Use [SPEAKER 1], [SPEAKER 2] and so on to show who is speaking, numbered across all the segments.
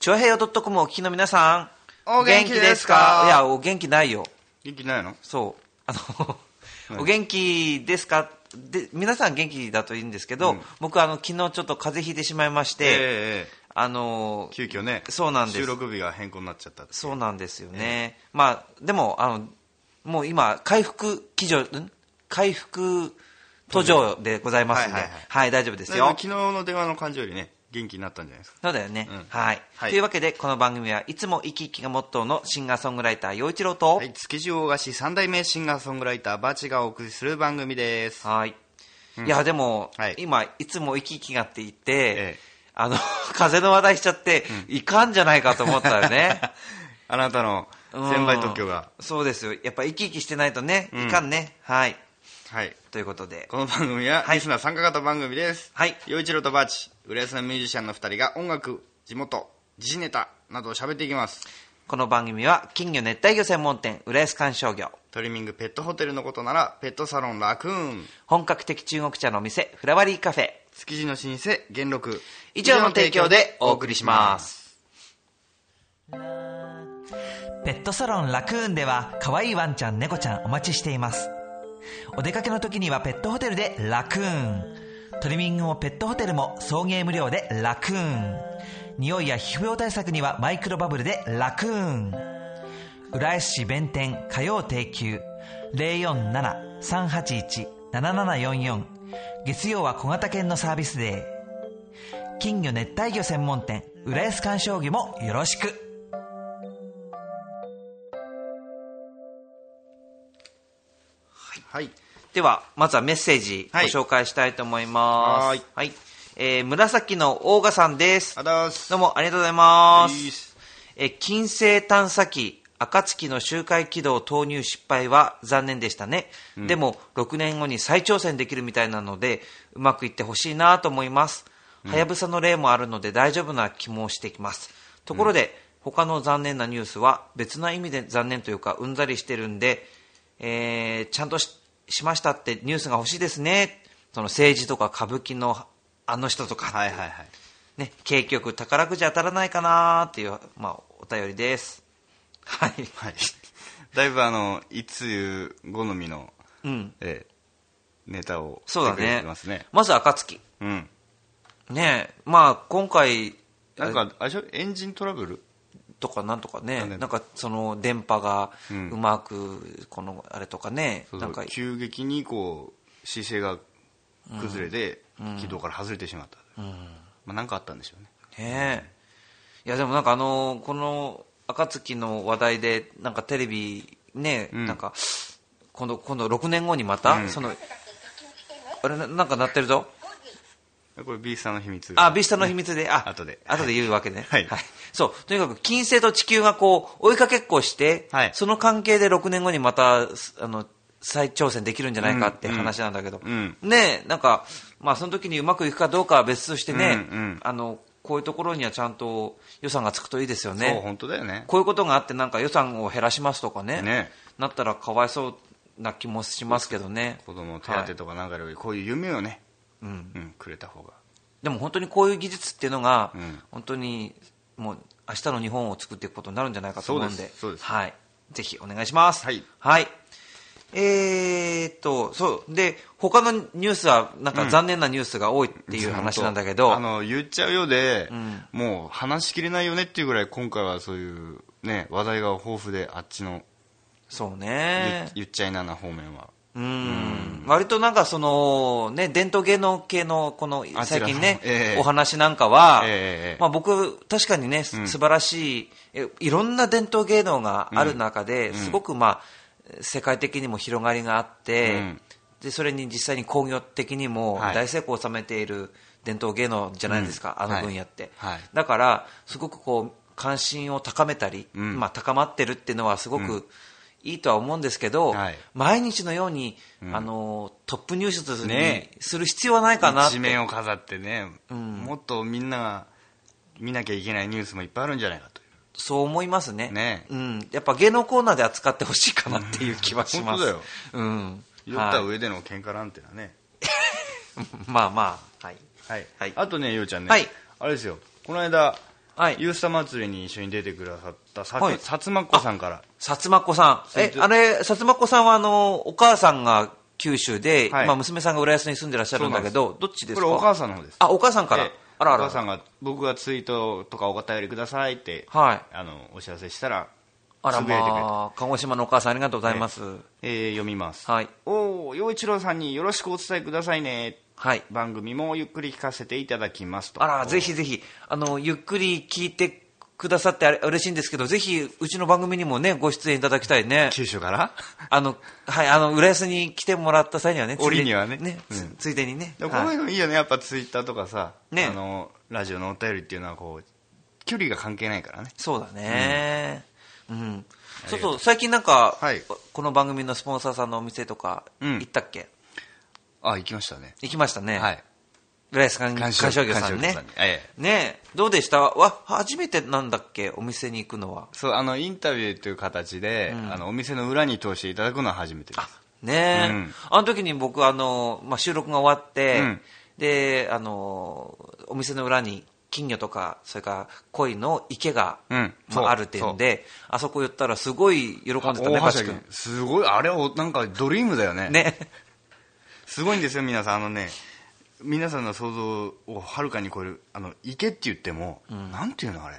[SPEAKER 1] 長平洋 .com をお聞きの皆さん、
[SPEAKER 2] お元気ですか
[SPEAKER 1] いや、お元気ないよ。
[SPEAKER 2] 元気ないの
[SPEAKER 1] そう。あの、
[SPEAKER 2] うん
[SPEAKER 1] お元気ですかで皆さん元気だといいんですけど、
[SPEAKER 2] うん
[SPEAKER 1] 僕あの昨日ちょっと風邪ひいてしまいまして、
[SPEAKER 2] えええ
[SPEAKER 1] あの
[SPEAKER 2] え急遽ね
[SPEAKER 1] そうなんです
[SPEAKER 2] 収録日が変更になっちゃったって
[SPEAKER 1] そうなんですよね、まあでもあのもう今回復基準ん回復途上でございますんで、は
[SPEAKER 2] はいいはいはい
[SPEAKER 1] 大丈夫です
[SPEAKER 2] だ
[SPEAKER 1] よ
[SPEAKER 2] いぶ昨日の電話の感じよりね元気になったんじゃないですか
[SPEAKER 1] そうだよね、
[SPEAKER 2] うん
[SPEAKER 1] はい、
[SPEAKER 2] はい
[SPEAKER 1] というわけでこの番組はいつも生き生きがモットーのシンガーソングライター陽一郎と
[SPEAKER 2] はい築地大菓子三代目シンガーソングライターバチがお送りする番組です
[SPEAKER 1] はい、いやでも、
[SPEAKER 2] はい
[SPEAKER 1] 今いつも生き生きがって言って、
[SPEAKER 2] え
[SPEAKER 1] あの 風の話題しちゃって、いかんじゃないかと思ったよね
[SPEAKER 2] あなたの
[SPEAKER 1] うん
[SPEAKER 2] 先輩特許が
[SPEAKER 1] そうですよやっぱ生き生きしてないとねいかんね、はい
[SPEAKER 2] はい
[SPEAKER 1] ということで
[SPEAKER 2] この番組は
[SPEAKER 1] はい
[SPEAKER 2] リスナー参加型番組です
[SPEAKER 1] はい
[SPEAKER 2] 陽一郎とバチ浦安のミュージシャンの2人が音楽地元時事ネタなどを喋っていきます
[SPEAKER 1] この番組は金魚熱帯魚専門店浦安観賞魚
[SPEAKER 2] トリミングペットホテルのことならペットサロンラクーン
[SPEAKER 1] 本格的中国茶のお店フラワリーカフェ
[SPEAKER 2] 築地の老舗元禄
[SPEAKER 1] 以上の提供でお送りしますペットサロンラクーンでは可愛いワンちゃん猫ちゃんお待ちしていますお出かけの時にはペットホテルでラクーントリミングもペットホテルも送迎無料でラクーン匂いや皮膚病対策にはマイクロバブルでラクーン浦安市弁天火曜定休047-381-7744月曜は小型犬のサービスデー金魚熱帯魚専門店浦安鑑賞魚もよろしく
[SPEAKER 2] はい
[SPEAKER 1] ではまずはメッセージご
[SPEAKER 2] はい
[SPEAKER 1] 紹介したいと思います
[SPEAKER 2] はーい
[SPEAKER 1] えー紫のオーガさんです
[SPEAKER 2] あだーす
[SPEAKER 1] どうもありがとうございま
[SPEAKER 2] いいっ
[SPEAKER 1] す
[SPEAKER 2] す
[SPEAKER 1] えー金星探査機暁の周回軌道投入失敗は残念でしたね、でも6年後に再挑戦できるみたいなのでうまくいってほしいなと思いますはやぶさの例もあるので大丈夫な気もしてきますところで、他の残念なニュースは別な意味で残念というかうんざりしてるんで、えーちゃんとししましたってニュースが欲しいですねその政治とか歌舞伎のあの人とか、
[SPEAKER 2] はいはいはい
[SPEAKER 1] ね、景気よく宝くじ当たらないかなーっていう、まあ、お便りです。はい。
[SPEAKER 2] はい、 だいぶあのいつ好みの、
[SPEAKER 1] うん。
[SPEAKER 2] ええネタを
[SPEAKER 1] そうだ
[SPEAKER 2] してくれ
[SPEAKER 1] ね。
[SPEAKER 2] てますね
[SPEAKER 1] まず、暁。
[SPEAKER 2] うん
[SPEAKER 1] ねえまあ、今回、
[SPEAKER 2] なんかあれでしょエンジントラブル
[SPEAKER 1] とかなんとかね
[SPEAKER 2] 残、念
[SPEAKER 1] なんか、その、電波が、う
[SPEAKER 2] うん
[SPEAKER 1] まく、この、あれとかね、
[SPEAKER 2] そうそ
[SPEAKER 1] な
[SPEAKER 2] うん
[SPEAKER 1] か、
[SPEAKER 2] 急激にこう姿勢が崩れて、軌道から外れてしまった、まあ、なんかあったんでしょうね
[SPEAKER 1] ねえいや、でもなんか、あのーこの、暁の話題で、なんかテレビ、ね、
[SPEAKER 2] ん
[SPEAKER 1] なんか、今度、今度6年後にまた、その、あれ、ななんか鳴ってるぞ。
[SPEAKER 2] これ B さんの秘密が
[SPEAKER 1] あ、ビスタの秘密で、あ、
[SPEAKER 2] 後で
[SPEAKER 1] 後で言うわけね。
[SPEAKER 2] はい
[SPEAKER 1] そう。とにかく、金星と地球がこう、追いかけっこをして、
[SPEAKER 2] はい
[SPEAKER 1] その関係で6年後にまた、すあの、再挑戦できるんじゃないかって話なんだけど、
[SPEAKER 2] うん
[SPEAKER 1] ねえなんか、まあ、その時にうまくいくかどうかは別としてね、
[SPEAKER 2] うんうん
[SPEAKER 1] あの、こういうところにはちゃんと予算がつくといいですよ
[SPEAKER 2] そう
[SPEAKER 1] ね。
[SPEAKER 2] 本当だよね
[SPEAKER 1] こういうことがあって、なんか予算を減らしますとかね、
[SPEAKER 2] ね
[SPEAKER 1] なったらかわいそうな気もしますけどね。
[SPEAKER 2] 子供の手
[SPEAKER 1] はい
[SPEAKER 2] 当とかなんかよりこういう夢をね、
[SPEAKER 1] うん
[SPEAKER 2] うん、くれた方が
[SPEAKER 1] でも本当にこういう技術っていうのが、
[SPEAKER 2] うん
[SPEAKER 1] 本当にもう明日の日本を作っていくことになるんじゃないかと思うんで
[SPEAKER 2] そうですそうです
[SPEAKER 1] はい、ぜひお願いします。
[SPEAKER 2] はい
[SPEAKER 1] えーっとそうで他のニュースはなんか残念なニュースが多いっていう話なんだけど、
[SPEAKER 2] あの言っちゃうようで、
[SPEAKER 1] ん
[SPEAKER 2] もう話しきれないよねっていうぐらい今回はそういう、ね、話題が豊富であっちの
[SPEAKER 1] そう
[SPEAKER 2] ゆ
[SPEAKER 1] ね
[SPEAKER 2] 言っちゃいなな方面は
[SPEAKER 1] うん割となんかその、ね、伝統芸能系のこの
[SPEAKER 2] あちら
[SPEAKER 1] 最
[SPEAKER 2] の
[SPEAKER 1] 近ね、
[SPEAKER 2] ええ
[SPEAKER 1] お話なんかは、
[SPEAKER 2] ええ
[SPEAKER 1] まあ、僕、確かにね、す素晴らしい、えいろんな伝統芸能がある中で、すごく、まあ、世界的にも広がりがあって、
[SPEAKER 2] うん
[SPEAKER 1] でそれに実際に工業的にも
[SPEAKER 2] はい
[SPEAKER 1] 大成功を収めている伝統芸能じゃないですか、
[SPEAKER 2] うん
[SPEAKER 1] あの分野って。
[SPEAKER 2] はいはい
[SPEAKER 1] だから、すごくこう関心を高めたり、
[SPEAKER 2] ん
[SPEAKER 1] まあ、高まってるっていうのは、すごくいいとは思うんですけど、
[SPEAKER 2] はい
[SPEAKER 1] 毎日のように、あのトップニュースに
[SPEAKER 2] ね
[SPEAKER 1] する必要はないかなって、
[SPEAKER 2] 一面を飾ってね、もっとみんなが見なきゃいけないニュースもいっぱいあるんじゃないかという
[SPEAKER 1] そう思いますね
[SPEAKER 2] ね
[SPEAKER 1] うん、やっぱ芸能コーナーで扱ってほしいかなっていう気はします、
[SPEAKER 2] うん本
[SPEAKER 1] うん
[SPEAKER 2] 酔った
[SPEAKER 1] はい
[SPEAKER 2] 上での喧嘩なんてのはね、
[SPEAKER 1] まあまあ、はい、
[SPEAKER 2] はい
[SPEAKER 1] はい
[SPEAKER 2] あとねようちゃんね、
[SPEAKER 1] はい
[SPEAKER 2] あれですよこの間
[SPEAKER 1] はい
[SPEAKER 2] ユースタ祭りに一緒に出てくださったさ,、
[SPEAKER 1] はい
[SPEAKER 2] さつまっこさんから
[SPEAKER 1] さつまっこさん。
[SPEAKER 2] れ
[SPEAKER 1] え、
[SPEAKER 2] と
[SPEAKER 1] あれ、さつまっこさんは、あの、お母さんが九州で、
[SPEAKER 2] はい
[SPEAKER 1] まあ、娘さんが浦安に住んでらっしゃるんだけど、どっちです
[SPEAKER 2] こ
[SPEAKER 1] か
[SPEAKER 2] れお母さんの方です
[SPEAKER 1] あ、お母さんから
[SPEAKER 2] で。
[SPEAKER 1] あらあ
[SPEAKER 2] お母さん
[SPEAKER 1] ら。
[SPEAKER 2] が僕がツイートとかお便りくださいって、
[SPEAKER 1] はい
[SPEAKER 2] あのお知らせしたら
[SPEAKER 1] あら、
[SPEAKER 2] つぶやいてくれた
[SPEAKER 1] まあ、鹿児島のお母さんありがとうございます。
[SPEAKER 2] えー読みます、
[SPEAKER 1] はい。
[SPEAKER 2] おお陽一郎さんによろしくお伝えくださいね
[SPEAKER 1] はい。
[SPEAKER 2] 番組もゆっくり聞かせていただきますと
[SPEAKER 1] あら、ぜひぜひ、あの、ゆっくり聞いてくださってあれ嬉しいんですけど、ぜひ、うちの番組にもね、ご出演いただきたいね。
[SPEAKER 2] 九州から
[SPEAKER 1] あの、はい、あの、浦安に来てもらった際にはね、ついで
[SPEAKER 2] 折にはね
[SPEAKER 1] つ
[SPEAKER 2] うん
[SPEAKER 1] ついでにね。
[SPEAKER 2] でもこ
[SPEAKER 1] はい
[SPEAKER 2] ののいいよねやっぱツイッターとかさ、
[SPEAKER 1] ね
[SPEAKER 2] あのラジオのお便りっていうのはこう距離が関係ないからね
[SPEAKER 1] そうだね。うん。そう
[SPEAKER 2] ありが
[SPEAKER 1] そう、最近なんか、
[SPEAKER 2] はい
[SPEAKER 1] この番組のスポンサーさんのお店とか、
[SPEAKER 2] うん
[SPEAKER 1] 行ったっけ
[SPEAKER 2] あ行きましたね
[SPEAKER 1] 行きましたね。
[SPEAKER 2] はい
[SPEAKER 1] 浦安観
[SPEAKER 2] 観
[SPEAKER 1] 観
[SPEAKER 2] 賞
[SPEAKER 1] 賞魚さんね
[SPEAKER 2] 観賞魚さんに。え
[SPEAKER 1] ねえどうでしたわ、初めてなんだっけお店に行くのは。
[SPEAKER 2] そうあのインタビューという形で、あのお店の裏に通していただくのは初めてです
[SPEAKER 1] ねえ、
[SPEAKER 2] うん
[SPEAKER 1] あの時に僕、あの、まあ、収録が終わって、
[SPEAKER 2] うん
[SPEAKER 1] で、あの、お店の裏に金魚とか、それから鯉の池が、
[SPEAKER 2] うん
[SPEAKER 1] ま
[SPEAKER 2] そう
[SPEAKER 1] あ、あるっていうんで、あそこ寄ったらすごい喜んでたね、
[SPEAKER 2] 大は
[SPEAKER 1] バ
[SPEAKER 2] しゃ
[SPEAKER 1] チ
[SPEAKER 2] ぎ
[SPEAKER 1] 君。
[SPEAKER 2] すごいあれおなんかドリームだよね
[SPEAKER 1] ね。
[SPEAKER 2] すごいんですよ皆さんあのね皆さんの想像をはるかに超えるあの池って言っても、なんていうのあれ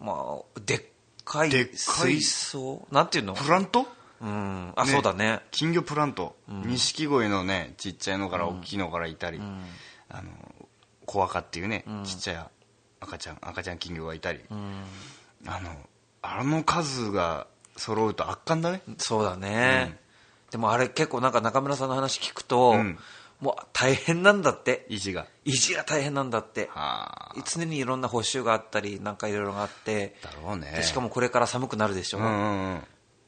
[SPEAKER 1] まあ、でっかい
[SPEAKER 2] でっか
[SPEAKER 1] 水
[SPEAKER 2] い
[SPEAKER 1] 槽なんていうの
[SPEAKER 2] プラント
[SPEAKER 1] うん。あ、
[SPEAKER 2] ね
[SPEAKER 1] そうだね。
[SPEAKER 2] 金魚プラント錦鯉のねちっちゃいのから大きいのからいたり、あのコアカっていうね、ちっちゃい赤ちゃん赤ちゃん金魚がいたり、あのあの数が揃うと圧巻だね
[SPEAKER 1] そうだね。でもあれ結構なんか中村さんの話聞くと、
[SPEAKER 2] うん
[SPEAKER 1] もう大変なんだって。
[SPEAKER 2] 石が
[SPEAKER 1] 維持が大変なんだって。
[SPEAKER 2] はあ
[SPEAKER 1] 常にいろんな補修があったり、なんかいろいろがあって、
[SPEAKER 2] だろうね
[SPEAKER 1] でしかもこれから寒くなるでしょ、
[SPEAKER 2] うんうんうん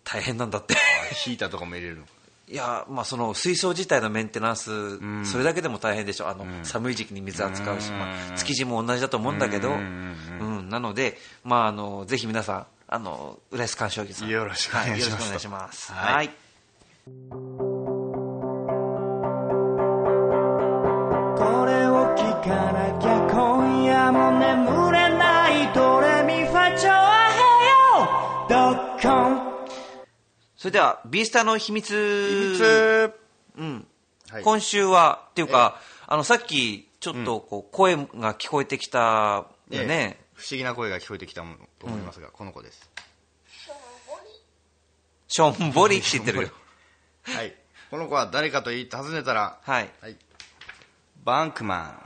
[SPEAKER 1] 大変なんだって。
[SPEAKER 2] ヒーターとかも入れるの
[SPEAKER 1] いや、まあ、その水槽自体のメンテナンス、それだけでも大変でしょ、あの寒い時期に水扱うし、まあ、築地も同じだと思うんだけど、
[SPEAKER 2] う
[SPEAKER 1] うんん
[SPEAKER 2] うん
[SPEAKER 1] なので、まああの、ぜひ皆さん、あの浦安鑑賞魚さん、
[SPEAKER 2] よろしくお願い
[SPEAKER 1] はよ
[SPEAKER 2] します
[SPEAKER 1] ろくお願いします。
[SPEAKER 2] はい
[SPEAKER 1] はい
[SPEAKER 3] これを聞かなきゃ今夜も眠れないドレミファチョアヘヨドッコン
[SPEAKER 1] それでは、ビースタの秘密うん
[SPEAKER 2] はい
[SPEAKER 1] 今週は、っていうか、あのさっき、ちょっとこう声が聞こえてきたよね。
[SPEAKER 2] ええ不思議な声が聞こえてきたものと思いますが、この子です
[SPEAKER 1] しょんぼりって言ってるよ。
[SPEAKER 2] はいこの子は誰かと言い尋ねたら
[SPEAKER 1] はい。
[SPEAKER 2] はいバンクマン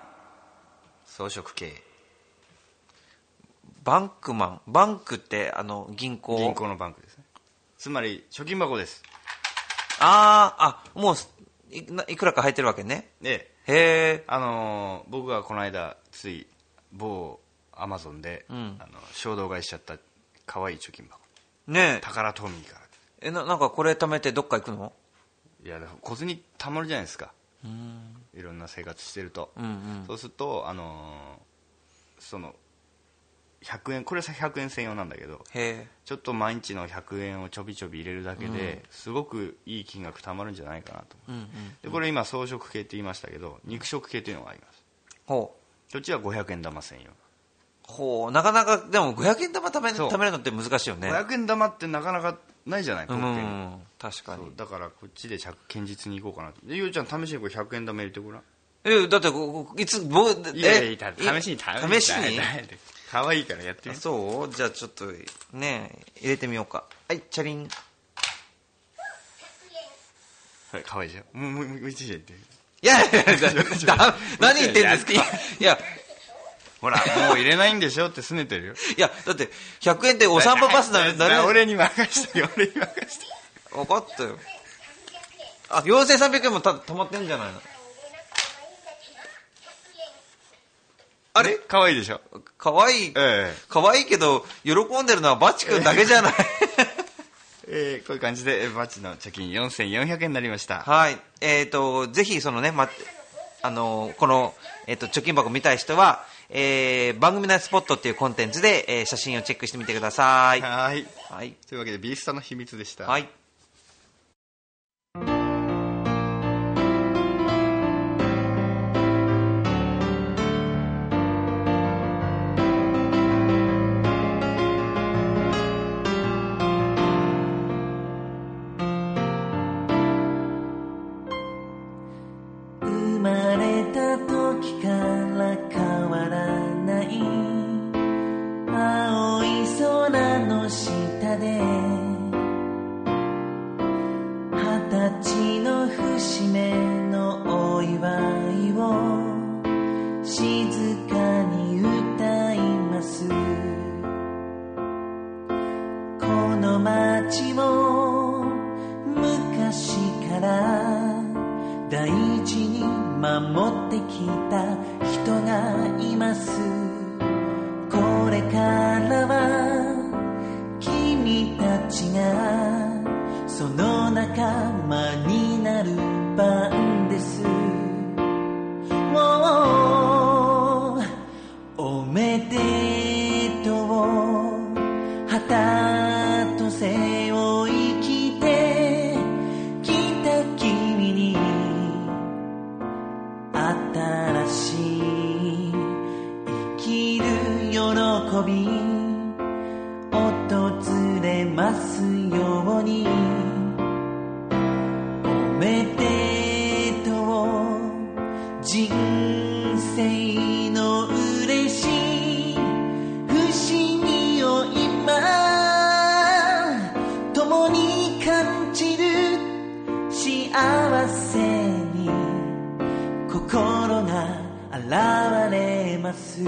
[SPEAKER 2] 装飾系
[SPEAKER 1] バンクマン。バンクって、あの、銀行。
[SPEAKER 2] 銀行のバンクですねつまり貯金箱です
[SPEAKER 1] あー、あ、もうい、ないくらか入ってるわけね。
[SPEAKER 2] で
[SPEAKER 1] へえ。
[SPEAKER 2] あのー僕がこの間つい某アマゾンで、あの衝動買いしちゃった可愛い貯金箱
[SPEAKER 1] ね
[SPEAKER 2] 宝トミーから
[SPEAKER 1] え。え、ななんかこれ貯めてどっか行くの
[SPEAKER 2] いやでも小銭たまるじゃないですかいろんな生活してると、
[SPEAKER 1] うんうん。
[SPEAKER 2] そうすると、あのーその100円これさ100円専用なんだけど
[SPEAKER 1] へ
[SPEAKER 2] ちょっと毎日の100円をちょびちょび入れるだけで、すごくいい金額貯まるんじゃないかなと
[SPEAKER 1] え。う
[SPEAKER 2] 思
[SPEAKER 1] ん
[SPEAKER 2] う、
[SPEAKER 1] うん。
[SPEAKER 2] でこれ今草食系って言いましたけど肉食系っていうのがあります
[SPEAKER 1] ほう。
[SPEAKER 2] こっちは500円玉専用、
[SPEAKER 1] ほう。なかなか、でも500円玉貯め
[SPEAKER 2] そう
[SPEAKER 1] 貯めるのって難しいよね。
[SPEAKER 2] 500円玉ってなかなかないじゃない
[SPEAKER 1] うん
[SPEAKER 2] 国
[SPEAKER 1] う
[SPEAKER 2] 権に
[SPEAKER 1] ん。確か
[SPEAKER 2] そう
[SPEAKER 1] に。
[SPEAKER 2] だからこっちで着堅実にいこうかなとでゆうちゃん試しにこれ100円玉入れてごらん
[SPEAKER 1] え、だってこ、こいつ、ぼ、え、
[SPEAKER 2] いやいや試しに
[SPEAKER 1] 試しに
[SPEAKER 2] 可愛いからやってみ
[SPEAKER 1] そうじゃあちょっと、ねえ入れてみようか。はい、チャリン。
[SPEAKER 2] はい可愛いじゃんもうもうもう一時やって
[SPEAKER 1] いやいやいや、 だ何言ってんですかいや、
[SPEAKER 2] ほら、もう入れないんでしょって拗ねてるよ。
[SPEAKER 1] いや、だって、100円でお散歩パスだ
[SPEAKER 2] だ
[SPEAKER 1] なる
[SPEAKER 2] 俺に任してよ、俺に任 して。
[SPEAKER 1] 分かったよ。あ、4300円もた溜まってんじゃないのあれ
[SPEAKER 2] 可愛いでしょ
[SPEAKER 1] かわいい、
[SPEAKER 2] え
[SPEAKER 1] かわいいけど、喜んでるのはバチ君だけじゃ ない。
[SPEAKER 2] ええーこういう感じで、えーバッチの貯金4400円になりました。
[SPEAKER 1] はい。えっ、と、ぜひ、そのね、ま、あの、この、えっ、と、貯金箱見たい人は、えー、番組内スポットっていうコンテンツで、えー写真をチェックしてみてください。
[SPEAKER 2] はーい。
[SPEAKER 1] はい。
[SPEAKER 2] というわけで、ビースタの秘密でした。
[SPEAKER 1] はい。
[SPEAKER 3] 「からは君たちがその仲間になる番ですもうおめでとう旗と背を生きてきた君に新しい生きる喜び訪れますようにおめでとう人生の嬉しい不思議を今共に感じる幸せに心が現れます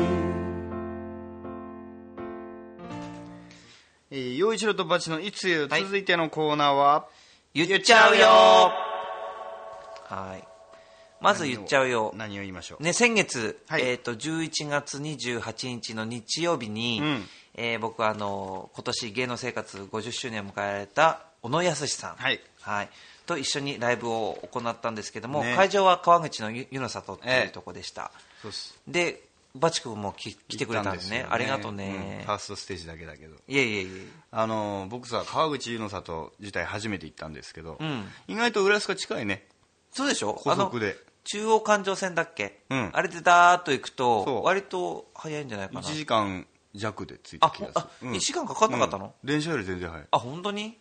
[SPEAKER 2] えー、陽一郎とバチのいつゆ、続いてのコーナーは、
[SPEAKER 1] 言っちゃうよはい。まず言っちゃうよ。
[SPEAKER 2] 何を言いましょう。
[SPEAKER 1] ね、先月、
[SPEAKER 2] はい
[SPEAKER 1] えっ、と、11月28日の日曜日に、
[SPEAKER 2] うん
[SPEAKER 1] えー僕はあの、今年芸能生活50周年を迎えられた、小野康さん。
[SPEAKER 2] はい
[SPEAKER 1] はいと一緒にライブを行ったんですけども、
[SPEAKER 2] ね
[SPEAKER 1] 会場は川口の湯湯の里ってい
[SPEAKER 2] え
[SPEAKER 1] う
[SPEAKER 2] え
[SPEAKER 1] とこでした。
[SPEAKER 2] そうっす
[SPEAKER 1] で、バチ君もき来てくれたんですね。
[SPEAKER 2] 行
[SPEAKER 1] あ
[SPEAKER 2] た
[SPEAKER 1] り
[SPEAKER 2] ですよ
[SPEAKER 1] がとう
[SPEAKER 2] うん
[SPEAKER 1] ね
[SPEAKER 2] ファ。ーストステージだけだけど。
[SPEAKER 1] いえいえいえ。
[SPEAKER 2] あのー僕さ、川口優の里自体初めて行ったんですけど、
[SPEAKER 1] ん
[SPEAKER 2] 意外と浦安が近いね。
[SPEAKER 1] そうでしょ
[SPEAKER 2] 高速で
[SPEAKER 1] あの中央環状線だっけ、
[SPEAKER 2] うん
[SPEAKER 1] あれでダーッと行く
[SPEAKER 2] そ
[SPEAKER 1] と、
[SPEAKER 2] う
[SPEAKER 1] 割と早いんじゃないかな。
[SPEAKER 2] 1時間弱で着い
[SPEAKER 1] あ
[SPEAKER 2] た気がする
[SPEAKER 1] あ。一時間かかんなかったの
[SPEAKER 2] うん電車より全然早い。
[SPEAKER 1] あ、本当に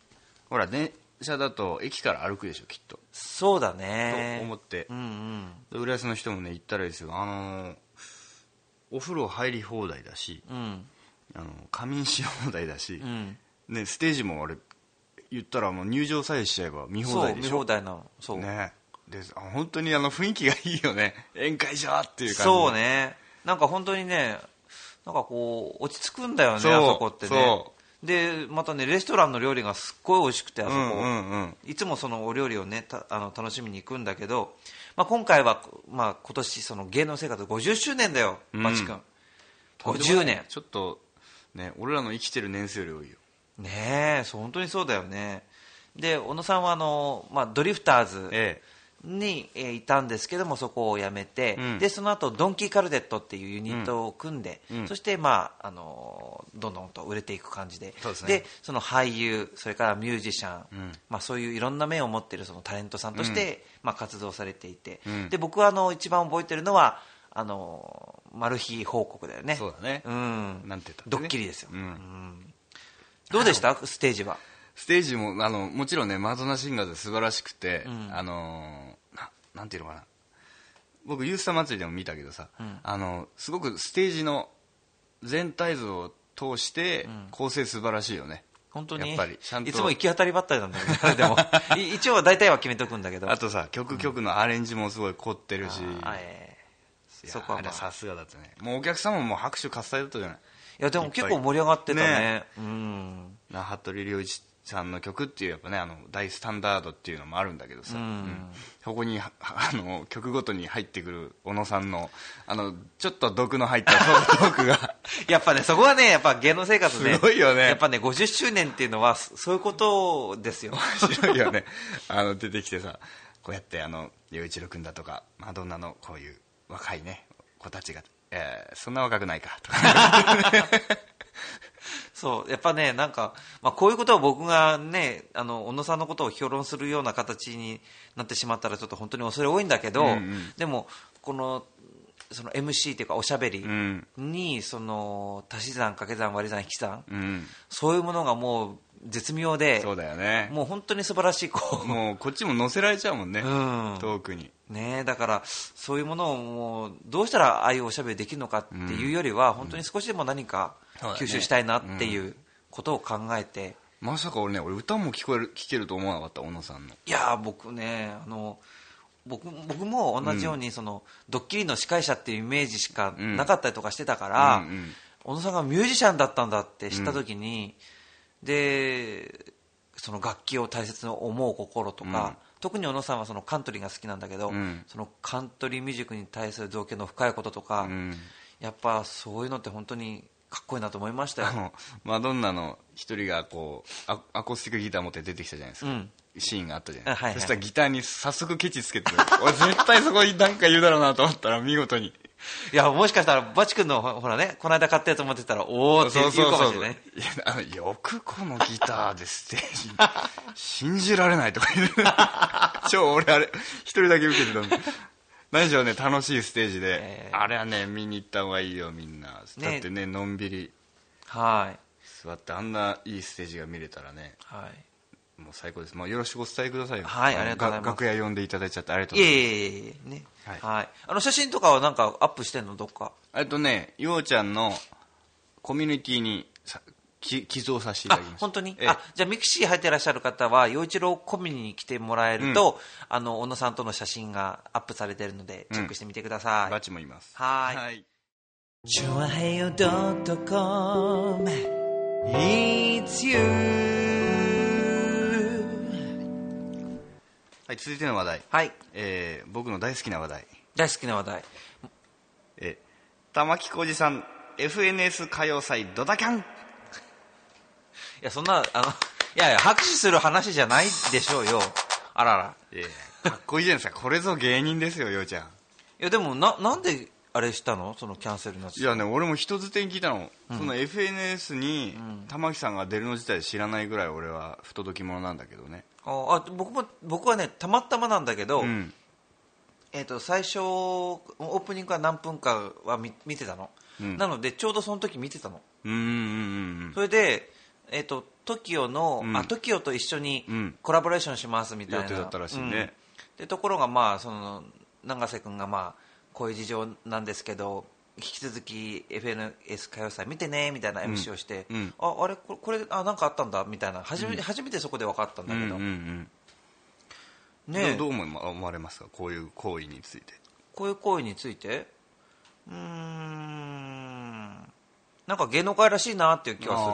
[SPEAKER 2] ほら、電車だと駅から歩くでしょ、きっと。
[SPEAKER 1] そうだ
[SPEAKER 2] と思
[SPEAKER 1] ね
[SPEAKER 2] っ。て
[SPEAKER 1] う。んうん。
[SPEAKER 2] 浦安の人もね、行ったらいいですよ。あのーお風呂入り放題だし、
[SPEAKER 1] うん。
[SPEAKER 2] あの仮眠し放題だし、
[SPEAKER 1] うん。
[SPEAKER 2] ね、ステージもあれ言ったらもう入場さえしちゃえば見放
[SPEAKER 1] そう、
[SPEAKER 2] 題で
[SPEAKER 1] 見
[SPEAKER 2] しょ
[SPEAKER 1] 放題なの。そう。
[SPEAKER 2] ねであ本当にあの雰囲気がいいよ ね宴会じゃーっていう感じ
[SPEAKER 1] そうね。なんか本当にね、なんかこう、落ち着くんだよね、あ
[SPEAKER 2] そう
[SPEAKER 1] そこってね
[SPEAKER 2] そ。
[SPEAKER 1] で、またね、レストランの料理がすっごい美味しくて、あ
[SPEAKER 2] う
[SPEAKER 1] そこ。
[SPEAKER 2] んうんうん
[SPEAKER 1] いつもそのお料理をね、たあの楽しみに行くんだけど、まあ、今回は、まあ、今年その芸能生活50周年だよ、
[SPEAKER 2] うん
[SPEAKER 1] バチ君。50年。
[SPEAKER 2] ちょっとね俺らの生きてる年数より多いよ
[SPEAKER 1] ねえ、そう本当にそうだよね。で、小野さんはあの、まあ、ドリフターズ
[SPEAKER 2] え
[SPEAKER 1] に、えーいたんですけども、そこを辞めて、
[SPEAKER 2] うん
[SPEAKER 1] で、その後、ドンキーカルデットっていうユニットを組んで、
[SPEAKER 2] うん
[SPEAKER 1] そして、まあ、あのーどんどんと売れていく感じで、
[SPEAKER 2] そうですね
[SPEAKER 1] その俳優、それからミュージシャン、
[SPEAKER 2] うん
[SPEAKER 1] まあ、そういういろんな面を持っているそのタレントさんとして、まあ、活動されていて、
[SPEAKER 2] うん
[SPEAKER 1] で、僕はあの、一番覚えてるのは、あのーマル秘報告だよね。
[SPEAKER 2] そうだね
[SPEAKER 1] うん。
[SPEAKER 2] なんて言ったってね
[SPEAKER 1] ドッキリですよ。
[SPEAKER 2] うん
[SPEAKER 1] うんどうでしたステージは。
[SPEAKER 2] ステージもあのもちろんねマドナシンガーズ素晴らしくて、
[SPEAKER 1] ん
[SPEAKER 2] あのーななんていうのかな僕ユースター祭りでも見たけどさ、
[SPEAKER 1] ん
[SPEAKER 2] あのすごくステージの全体像を通して構成素晴らしいよね、
[SPEAKER 1] 本当に
[SPEAKER 2] やっぱりちゃんと
[SPEAKER 1] いつも行き当たりばったりなんだよね でもい一応は大体は決めとくんだけど
[SPEAKER 2] あとさ曲曲のアレンジもすごい凝ってるし、
[SPEAKER 1] あえ
[SPEAKER 2] いや
[SPEAKER 1] そこはまあ
[SPEAKER 2] あれさすがだったねもうお客様も拍手喝采だったじゃない
[SPEAKER 1] ーいやでも結構盛り上がってたねうん
[SPEAKER 2] な服部良一さんの曲っていうやっぱねあの大スタンダードっていうのもあるんだけどさ、
[SPEAKER 1] うん
[SPEAKER 2] そこにはあの曲ごとに入ってくる小野さんのあのちょっと毒の入った トークが
[SPEAKER 1] やっぱねそこはねやっぱ芸能生活ね
[SPEAKER 2] すごいよね
[SPEAKER 1] やっぱね50周年っていうのはそそういうことです よ
[SPEAKER 2] 面白いよねあの出てきてさこうやってあの良一郎君だとかマドンナのこういう若いね子たちが、えーそんな若くないかと か
[SPEAKER 1] そうやっぱねなんか、まあ、こういうことを僕がねあの小野さんのことを評論するような形になってしまったらちょっと本当に恐れ多いんだけど、
[SPEAKER 2] うんうん
[SPEAKER 1] でもこのその MC っていうかおしゃべり
[SPEAKER 2] うん
[SPEAKER 1] にその足し算掛け算割り算引き算
[SPEAKER 2] うん
[SPEAKER 1] そういうものがもう絶妙で、
[SPEAKER 2] そうだよね
[SPEAKER 1] もう本当に素晴らしい子。
[SPEAKER 2] もうこっちも乗せられちゃうもんね、
[SPEAKER 1] うん
[SPEAKER 2] トークに
[SPEAKER 1] ねえ、だから、そういうものをもう、どうしたらああいうおしゃべりできるのかっていうよりは、本当に少しでも何か
[SPEAKER 2] そうだね
[SPEAKER 1] 吸収したいなっていうことを考えて、
[SPEAKER 2] まさか俺ね俺歌も聞こえる聞けると思わなかった小野さんの
[SPEAKER 1] いやー僕ね、あの、僕僕も同じようにその、ドッキリの司会者っていうイメージしかなかったりとかしてたから、
[SPEAKER 2] うんうん
[SPEAKER 1] 小野さんがミュージシャンだったんだって知った時に、でその楽器を大切に思う心とか、
[SPEAKER 2] うん
[SPEAKER 1] 特に小野さんはそのカントリーが好きなんだけど、
[SPEAKER 2] うん
[SPEAKER 1] そのカントリーミュージックに対する造形の深いこととか、
[SPEAKER 2] うん
[SPEAKER 1] やっぱそういうのって本当にかっこいいなと思いましたよ
[SPEAKER 2] あのマドンナの一人がこうアアコースティックギター持って出てきたじゃないですか、
[SPEAKER 1] うん
[SPEAKER 2] シーンがあったじゃないですか、
[SPEAKER 1] あはいはい
[SPEAKER 2] そしたらギターに早速ケチつけて俺絶対そこに何か言うだろうなと思ったら見事に
[SPEAKER 1] いやもしかしたらバチ君のほほらねこの間買ったやつ持ってたらおおって言うかもしれない
[SPEAKER 2] いやあのよくこのギターでステージに 信じられないとか言う 超俺あれ一人だけ受けてたの何しろね楽しいステージで、
[SPEAKER 1] え
[SPEAKER 2] あれはね見に行った方がいいよみんなだってねのんびり
[SPEAKER 1] はい
[SPEAKER 2] 座ってあんないいステージが見れたらね
[SPEAKER 1] は
[SPEAKER 2] もう最高です。もうよろしくお伝えくださいよ。
[SPEAKER 1] はい
[SPEAKER 2] の
[SPEAKER 1] ありがとうございます
[SPEAKER 2] が楽屋呼んでいただいちゃってありがと
[SPEAKER 1] いう
[SPEAKER 2] ご
[SPEAKER 1] い
[SPEAKER 2] ざい
[SPEAKER 1] え
[SPEAKER 2] ます。
[SPEAKER 1] いえいえいえね
[SPEAKER 2] は
[SPEAKER 1] はいい、あの写真とかはなんかアップしてんのどっか
[SPEAKER 2] えっとね、ようちゃんのコミュニティにさき寄贈させていた
[SPEAKER 1] あ
[SPEAKER 2] だきました。
[SPEAKER 1] 本当に、
[SPEAKER 2] ええ
[SPEAKER 1] あじゃあミクシー入ってらっしゃる方は陽一郎コミュニに来てもらえると、あの小野さんとの写真がアップされてるのでチェックしてみてください、
[SPEAKER 2] バチもいます。
[SPEAKER 1] はい
[SPEAKER 2] はい。
[SPEAKER 3] チョアヘヨドットコム It's you
[SPEAKER 2] はい続いての話題。
[SPEAKER 1] はい
[SPEAKER 2] えー僕の大好きな話題。
[SPEAKER 1] 大好きな話題
[SPEAKER 2] えー、玉置浩二さん、FNS 歌謡祭ドタキャン
[SPEAKER 1] いやそんなあのいやいや拍手する話じゃないでしょうよあらら
[SPEAKER 2] えーかっこいいじゃないですか。これぞ芸人ですよ、ようちゃん。
[SPEAKER 1] いやでもななんであれしたのそのキャンセルになっ
[SPEAKER 2] い
[SPEAKER 1] ちゃっ
[SPEAKER 2] やね、俺も人づてに聞いたの、その FNS に玉置さんが出るの自体知らないぐらい俺は不届き者なんだけどね、
[SPEAKER 1] たああ僕も僕はねたまたまなんだけど、
[SPEAKER 2] うん、
[SPEAKER 1] えー、と最初オープニングは何分かは見見てたの、
[SPEAKER 2] うん
[SPEAKER 1] なのでちょうどその時見てたの
[SPEAKER 2] うんうん
[SPEAKER 1] それで、えー、と TOKIO の、
[SPEAKER 2] うん
[SPEAKER 1] あ TOKIO と一緒
[SPEAKER 2] う
[SPEAKER 1] に
[SPEAKER 2] ん
[SPEAKER 1] コラボレーションしますみ
[SPEAKER 2] うん予
[SPEAKER 1] たいな
[SPEAKER 2] 定だったらしいね、
[SPEAKER 1] うんでところがまあその永瀬君がまあこういう事情なんですけど引き続き FNS 歌謡祭見てねみたいな MC をして、
[SPEAKER 2] うん
[SPEAKER 1] ああれこれこれあなんかあったんだみたいな初め,、初めてそこで分かったんだ
[SPEAKER 2] うん
[SPEAKER 1] け
[SPEAKER 2] うん
[SPEAKER 1] ど、
[SPEAKER 2] うん
[SPEAKER 1] ねえ
[SPEAKER 2] どう思いま思われますかこういう行為について
[SPEAKER 1] こういう行為についてうーんなんか芸能界らしいなっていう気は
[SPEAKER 2] あ
[SPEAKER 1] す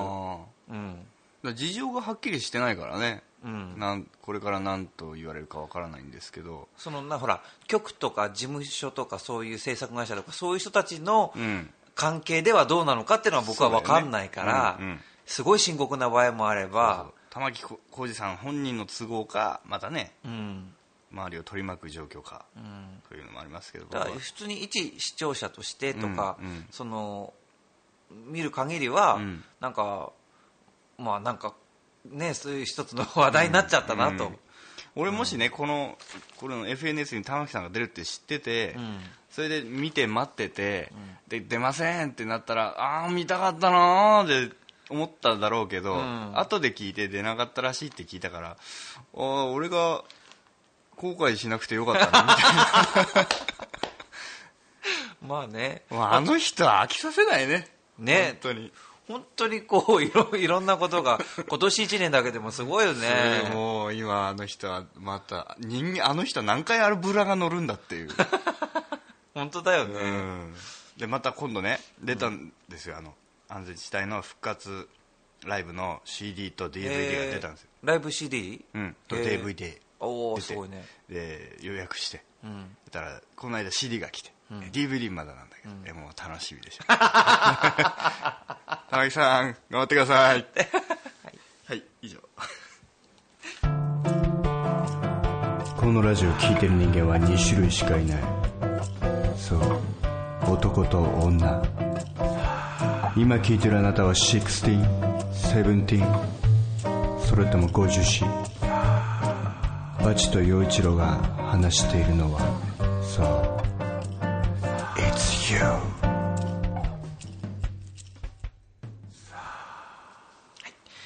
[SPEAKER 1] るうん
[SPEAKER 2] ーだから事情がはっきりしてないからね、
[SPEAKER 1] うん
[SPEAKER 2] なんこれから何と言われるかわからないんですけど
[SPEAKER 1] そのなほら局とか事務所とかそういう制作会社とかそういう人たちの
[SPEAKER 2] うん
[SPEAKER 1] 関係ではどうなのかっていうのは僕は分かんないから、
[SPEAKER 2] そうだよねうんうん
[SPEAKER 1] すごい深刻な場合もあれば
[SPEAKER 2] 玉置こ浩二さん本人の都合かまたね
[SPEAKER 1] うん
[SPEAKER 2] 周りを取り巻く状況か、というのもありますけど
[SPEAKER 1] だから
[SPEAKER 2] 僕は
[SPEAKER 1] 普通に一視聴者としてとか、
[SPEAKER 2] うんうん
[SPEAKER 1] その見る限りは、
[SPEAKER 2] うん
[SPEAKER 1] なんかまあなんかねそういう一つの話題になっちゃったなと、
[SPEAKER 2] うん俺もしね、このこれの FNS に玉木さんが出るって知ってて、
[SPEAKER 1] ん
[SPEAKER 2] それで見て待ってて、で出ませんってなったらああー見たかったなーって思っただろうけど、
[SPEAKER 1] ん
[SPEAKER 2] 後で聞いて出なかったらしいって聞いたからああ俺が後悔しなくてよかったなみたい
[SPEAKER 1] まあね
[SPEAKER 2] なまああの人は飽きさせないね
[SPEAKER 1] ね
[SPEAKER 2] 本当に、
[SPEAKER 1] 本当にこう いろいろんなことが今年1年だけでもすごいよ
[SPEAKER 2] それ
[SPEAKER 1] ね
[SPEAKER 2] もう今あの人はまた人間あの人は何回あるブラが乗るんだっていう
[SPEAKER 1] 本当だよね、
[SPEAKER 2] うんでまた今度ね出たんですよ、あの安全地帯の復活ライブの CD と DVD が出たんですよ、
[SPEAKER 1] えーライブ CD、
[SPEAKER 2] うんと
[SPEAKER 1] えー
[SPEAKER 2] DVD 出て
[SPEAKER 1] おおすごいね
[SPEAKER 2] で予約して、
[SPEAKER 1] ん
[SPEAKER 2] だからこの間 CD が来て、DVD まだなんだけど、えもう楽しみでしょ 玉木さん頑張ってく ださいはい、以上
[SPEAKER 4] このラジオを聴いてる人間は2種類しかいないそう男と女今聴いてるあなたは1617それとも 50C バチと陽一郎が話しているのはそう It's you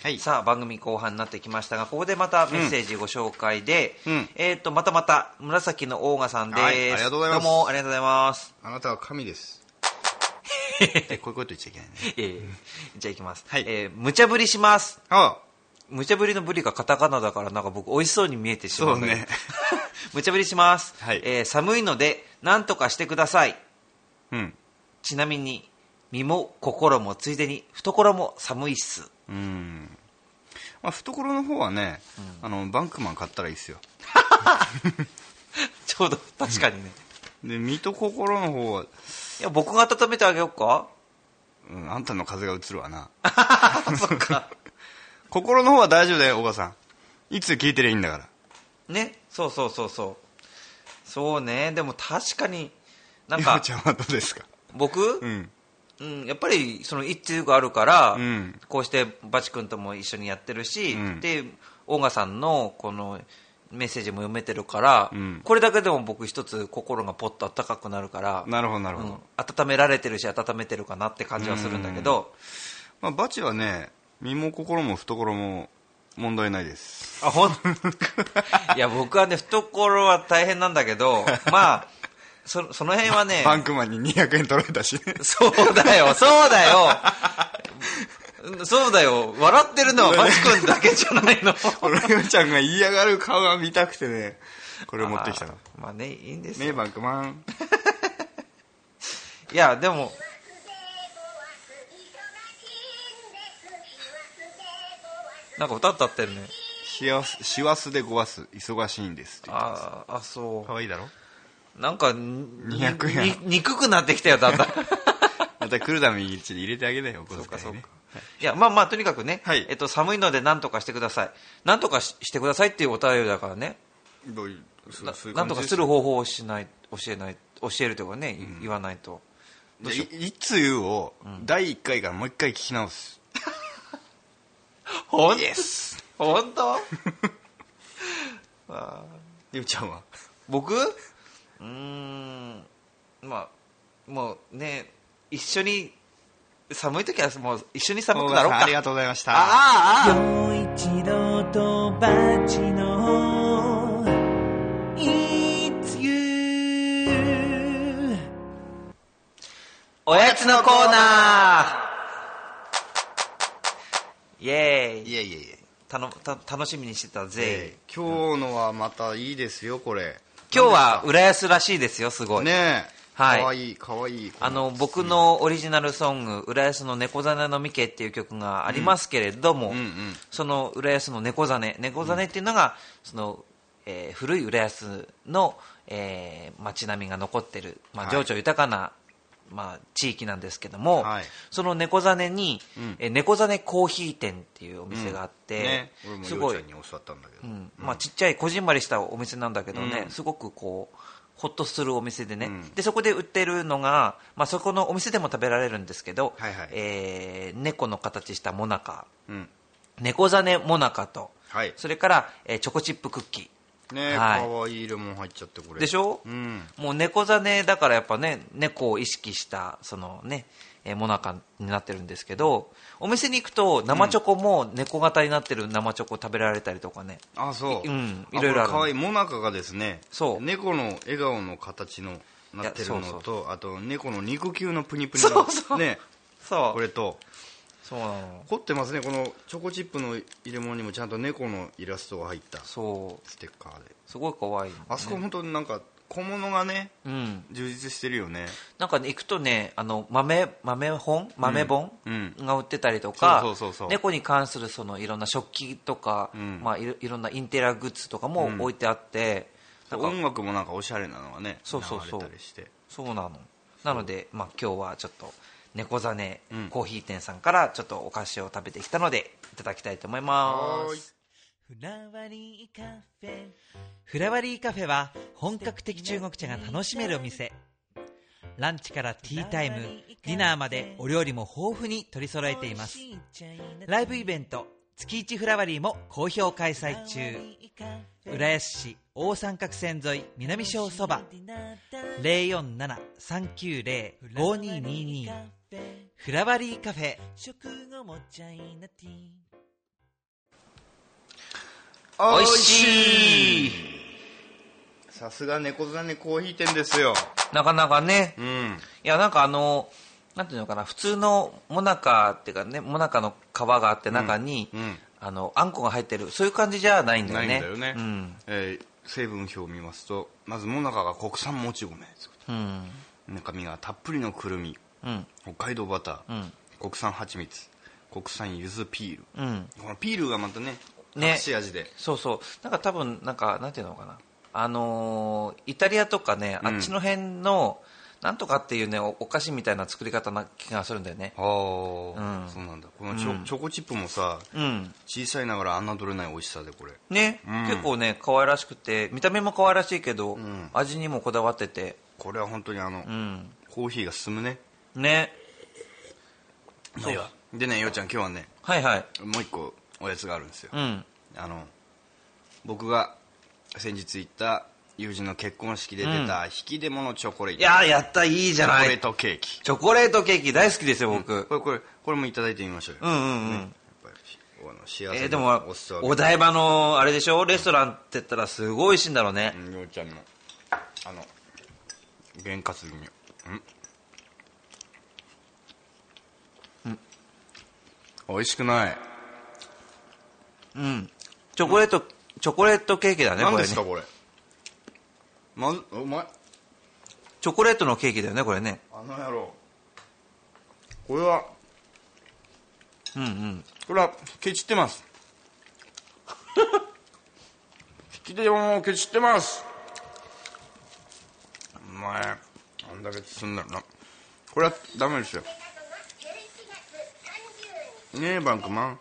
[SPEAKER 2] はい
[SPEAKER 1] さあ番組後半になってきましたがここでまたメッセージご紹介で、
[SPEAKER 2] うんうん
[SPEAKER 1] えっ、とまたまた紫のオーガさんです、
[SPEAKER 2] はいありがとうございます
[SPEAKER 1] どうもありがとうございます
[SPEAKER 2] あなたは神ですえ こういうこと言っちゃいけないね
[SPEAKER 1] いえいえじゃあいきます、
[SPEAKER 2] はい
[SPEAKER 1] えー無茶ぶりします
[SPEAKER 2] あ
[SPEAKER 1] 無茶ぶりのぶりがカタカナだからなんか僕美味しそうに見えてしまうんだけど
[SPEAKER 2] そうね
[SPEAKER 1] 無茶ぶりします、
[SPEAKER 2] はい
[SPEAKER 1] えー寒いので何とかしてください
[SPEAKER 2] うん
[SPEAKER 1] ちなみに身も心もついでに懐も寒いっす
[SPEAKER 2] うん、まあ、懐の方はね、あのバンクマン買ったらいいですよ
[SPEAKER 1] ちょうど確かにね
[SPEAKER 2] で身と心の方はい
[SPEAKER 1] や僕が温めてあげようか
[SPEAKER 2] うん、あんたの風が映るわな
[SPEAKER 1] そっか。
[SPEAKER 2] 心の方は大丈夫だよおばさんいつ聞いてりゃいいんだから
[SPEAKER 1] ね、そうそうそうそう。そうね、でも確かに、なん
[SPEAKER 2] 山
[SPEAKER 1] か
[SPEAKER 2] ち、ゃんはどうですか
[SPEAKER 1] 僕、う
[SPEAKER 2] うんん
[SPEAKER 1] やっぱりその一致があるから、
[SPEAKER 2] うん
[SPEAKER 1] こうしてバチ君とも一緒にやってるし、
[SPEAKER 2] うん
[SPEAKER 1] で、オーガさんのこのメッセージも読めてるから、
[SPEAKER 2] うん
[SPEAKER 1] これだけでも僕一つ心がポッと温かくなるから、
[SPEAKER 2] なるほどなるほど、
[SPEAKER 1] うん温められてるし温めてるかなって感じはするんだけど、
[SPEAKER 2] まあ、バチはね身も心も懐も問題ないです
[SPEAKER 1] あほんいや僕はね懐は大変なんだけ どまあそその辺はね
[SPEAKER 2] パンクマンに200円取られたし ね
[SPEAKER 1] そうだよそうだ よそうだよ笑ってるのはマチ君だけじゃないの
[SPEAKER 2] 俺よちゃんが嫌がる顔が見たくてねこれを持ってきたの
[SPEAKER 1] あーまあねいいんです
[SPEAKER 2] ねえ
[SPEAKER 1] よ、
[SPEAKER 2] パンクマン
[SPEAKER 1] いやでもなんか歌歌ってるね
[SPEAKER 2] しわすしわすでごわす忙しいんですって
[SPEAKER 1] あーあそ
[SPEAKER 2] かわいいだろ
[SPEAKER 1] うなんかに
[SPEAKER 2] 200円
[SPEAKER 1] に憎くなってきたよだん だん
[SPEAKER 2] また来るために一で入れてあげなよお小遣い、ね、
[SPEAKER 1] そうかそうかいやまあまあとにかくね、
[SPEAKER 2] はい
[SPEAKER 1] えっと、寒いので何とかしてください何とかししてくださいっていうお便りだからね
[SPEAKER 2] どういうそう
[SPEAKER 1] な
[SPEAKER 2] そういう
[SPEAKER 1] なんと
[SPEAKER 2] 感じ
[SPEAKER 1] か
[SPEAKER 2] です
[SPEAKER 1] る方法をしない教えない教えるというかね、い言わないと
[SPEAKER 2] じゃあいいつ言うを、第1回からもう1回聞き直す
[SPEAKER 1] ほん
[SPEAKER 2] イエス
[SPEAKER 1] 本当
[SPEAKER 2] ゆうちゃんは
[SPEAKER 1] 僕うーんまあもうね一緒に寒い時はもう一緒に寒くなろう
[SPEAKER 2] 大川さんあ
[SPEAKER 1] か
[SPEAKER 2] りがとうございました
[SPEAKER 1] ああああ
[SPEAKER 3] 陽一郎とバチの It's you
[SPEAKER 1] おやつのコーナーイエー
[SPEAKER 2] い
[SPEAKER 1] イ
[SPEAKER 2] やいやいや
[SPEAKER 1] たのた楽しみにしてたぜ
[SPEAKER 2] ええ今日のはまたいいですよこれ
[SPEAKER 1] 今日は浦安らしいですよすごい
[SPEAKER 2] ねえ
[SPEAKER 1] はい
[SPEAKER 2] かわいいかわいい
[SPEAKER 1] あの僕のオリジナルソング「浦安の猫ザネのみけ」っていう曲がありますけれども、
[SPEAKER 2] うんうん
[SPEAKER 1] その浦安の猫ザネ猫ザネっていうのが、そのえー古い浦安の、えー街並みが残ってる、まあ、
[SPEAKER 2] は
[SPEAKER 1] 情
[SPEAKER 2] い
[SPEAKER 1] 緒豊かな、まあ、地域なんですけども、
[SPEAKER 2] はい
[SPEAKER 1] その猫ザネに、えー猫ザネコーヒー店っていうお店があっ
[SPEAKER 2] うんね
[SPEAKER 1] て、
[SPEAKER 2] 俺も
[SPEAKER 1] す
[SPEAKER 2] ゆう
[SPEAKER 1] ご
[SPEAKER 2] ちゃ
[SPEAKER 1] い
[SPEAKER 2] んに教わったんだけど、
[SPEAKER 1] うんまあ、ちっちゃいこじんまりしたお店なんだけどね、
[SPEAKER 2] うん
[SPEAKER 1] すごくこうほっとするお店でね、
[SPEAKER 2] うん
[SPEAKER 1] でそこで売ってるのが、まあ、そこのお店でも食べられるんですけど、
[SPEAKER 2] はいはい
[SPEAKER 1] えー猫の形したもなか
[SPEAKER 2] うん
[SPEAKER 1] 猫ザネもなかと、
[SPEAKER 2] はい
[SPEAKER 1] それから、えーチョコチップクッキ
[SPEAKER 2] ねえ、
[SPEAKER 1] はい
[SPEAKER 2] かわいいレモン入っちゃってこ
[SPEAKER 1] ー
[SPEAKER 2] れ
[SPEAKER 1] でしょ、
[SPEAKER 2] うん
[SPEAKER 1] もう猫ザネだからやっぱね猫を意識したそのねえーもなかになってるんですけどお店に行くと生チョコも猫型になってる生チョコ食べられたりとかね、
[SPEAKER 2] あそう
[SPEAKER 1] いうん
[SPEAKER 2] あ
[SPEAKER 1] いろいろある
[SPEAKER 2] これかわいいモナカがですね
[SPEAKER 1] そう
[SPEAKER 2] 猫の笑顔の形のなってるの
[SPEAKER 1] いや
[SPEAKER 2] と
[SPEAKER 1] そう
[SPEAKER 2] あと猫の肉球のプニプニ
[SPEAKER 1] そ
[SPEAKER 2] の
[SPEAKER 1] うそう
[SPEAKER 2] ね
[SPEAKER 1] そう
[SPEAKER 2] これと
[SPEAKER 1] そうなの
[SPEAKER 2] 凝ってますねこのチョコチップの入れ物にもちゃんと猫のイラストが入ったス
[SPEAKER 1] そう
[SPEAKER 2] テッカーです
[SPEAKER 1] ごい可愛い
[SPEAKER 2] あそこ本当になんか小物がね
[SPEAKER 1] うん
[SPEAKER 2] 充実してるよね
[SPEAKER 1] なんかね行くとねあの豆豆本豆本、
[SPEAKER 2] うん
[SPEAKER 1] が売ってたりとか
[SPEAKER 2] そうそうそうそう
[SPEAKER 1] 猫に関するそのいろんな食器とか、
[SPEAKER 2] ん
[SPEAKER 1] まあいろいろんなインテリアグッズとかも置いてあって、なんか
[SPEAKER 2] 音楽もなんかおしゃれなのがね
[SPEAKER 1] そうそうそう
[SPEAKER 2] 流れたりして
[SPEAKER 1] そうなのなのでまあ今日はちょっと猫ザネコーヒー店さんからちょっとお菓子を食べてきたのでいただきたいと思いま
[SPEAKER 2] はーい
[SPEAKER 1] す
[SPEAKER 3] フラワリーカフェフラワリーカフェは本格的中国茶が楽しめるお店
[SPEAKER 5] ランチからティータイム、ディナーまでお料理も豊富に取り揃えています。ライブイベント、月一フラワリーも好評開催中。浦安市大三角線沿い南小そば047-390-5222フラワリーカフェ
[SPEAKER 3] 食後もチャイナティー
[SPEAKER 1] おいしい
[SPEAKER 2] さすが猫座ねコーヒー店ですよ
[SPEAKER 1] なかなかね
[SPEAKER 2] うん
[SPEAKER 1] いやなんかあのなんていうのかな普通のモナカっていうかねモナカの皮があって中に、
[SPEAKER 2] うんうん
[SPEAKER 1] あのあんこが入ってるそういう感じじゃないんだよ
[SPEAKER 2] な
[SPEAKER 1] ね
[SPEAKER 2] いんだよね、
[SPEAKER 1] うん
[SPEAKER 2] えー成分表を見ますとまずもなかが国産もち米です
[SPEAKER 1] うん
[SPEAKER 2] 中身がたっぷりのくるみ
[SPEAKER 1] うん
[SPEAKER 2] 北海道バタ
[SPEAKER 1] う
[SPEAKER 2] ー、
[SPEAKER 1] ん
[SPEAKER 2] 国産蜂蜜国産柚子ピール、
[SPEAKER 1] うん
[SPEAKER 2] このピールがまたね
[SPEAKER 1] ね
[SPEAKER 2] 隠し味で、
[SPEAKER 1] そうそうなんか多分なんかなんていうのかなあのーイタリアとかねあっちの辺の、なんとかっていうねおお菓子みたいな作り方な気がするんだよね
[SPEAKER 2] ああ、
[SPEAKER 1] うん
[SPEAKER 2] そうなんだこのチョ,、チョコチップもさ、
[SPEAKER 1] うん
[SPEAKER 2] 小さいながら侮れない美味しさでこれ
[SPEAKER 1] ね、
[SPEAKER 2] うん
[SPEAKER 1] 結構ね可愛らしくて見た目も可愛らしいけど、
[SPEAKER 2] ん
[SPEAKER 1] 味にもこだわってて
[SPEAKER 2] これは本当にあの、
[SPEAKER 1] うん
[SPEAKER 2] コーヒーが進むね
[SPEAKER 1] ね
[SPEAKER 2] そうでねようちゃん今日はね
[SPEAKER 1] はいはい
[SPEAKER 2] もう一個おやつがあるんですよ、
[SPEAKER 1] うん
[SPEAKER 2] あの僕が先日行った友人の結婚式で出た引き出物チョコレート、
[SPEAKER 1] いやーやったいいじ
[SPEAKER 2] チ
[SPEAKER 1] ゃ
[SPEAKER 2] ョ
[SPEAKER 1] な
[SPEAKER 2] コレー
[SPEAKER 1] い
[SPEAKER 2] トケーキ
[SPEAKER 1] チョコレートケーキ大好きですよ僕、
[SPEAKER 2] これこれこれもいただいてみましょうよ、
[SPEAKER 1] うんうんうん
[SPEAKER 2] ねやっぱりあの幸
[SPEAKER 1] え
[SPEAKER 2] せ
[SPEAKER 1] ーで
[SPEAKER 2] の
[SPEAKER 1] も
[SPEAKER 2] お裾分け
[SPEAKER 1] お台場のあれでしょレストランって言ったらすごい美味しいんだろうね、
[SPEAKER 2] うんようちゃんのあの験担ぎにうん美味しくない
[SPEAKER 1] チョコレートチョコレートケーキだね
[SPEAKER 2] 何
[SPEAKER 1] こ
[SPEAKER 2] で
[SPEAKER 1] れ
[SPEAKER 2] す
[SPEAKER 1] ね
[SPEAKER 2] かこれまずうまい
[SPEAKER 1] チョコレートのケーキだよねこれね
[SPEAKER 2] あの野郎これは
[SPEAKER 1] うんうん
[SPEAKER 2] これはケチってます 引き出物をケチってますお前あんだけ包んだろなこれはダメですよねえバンクマン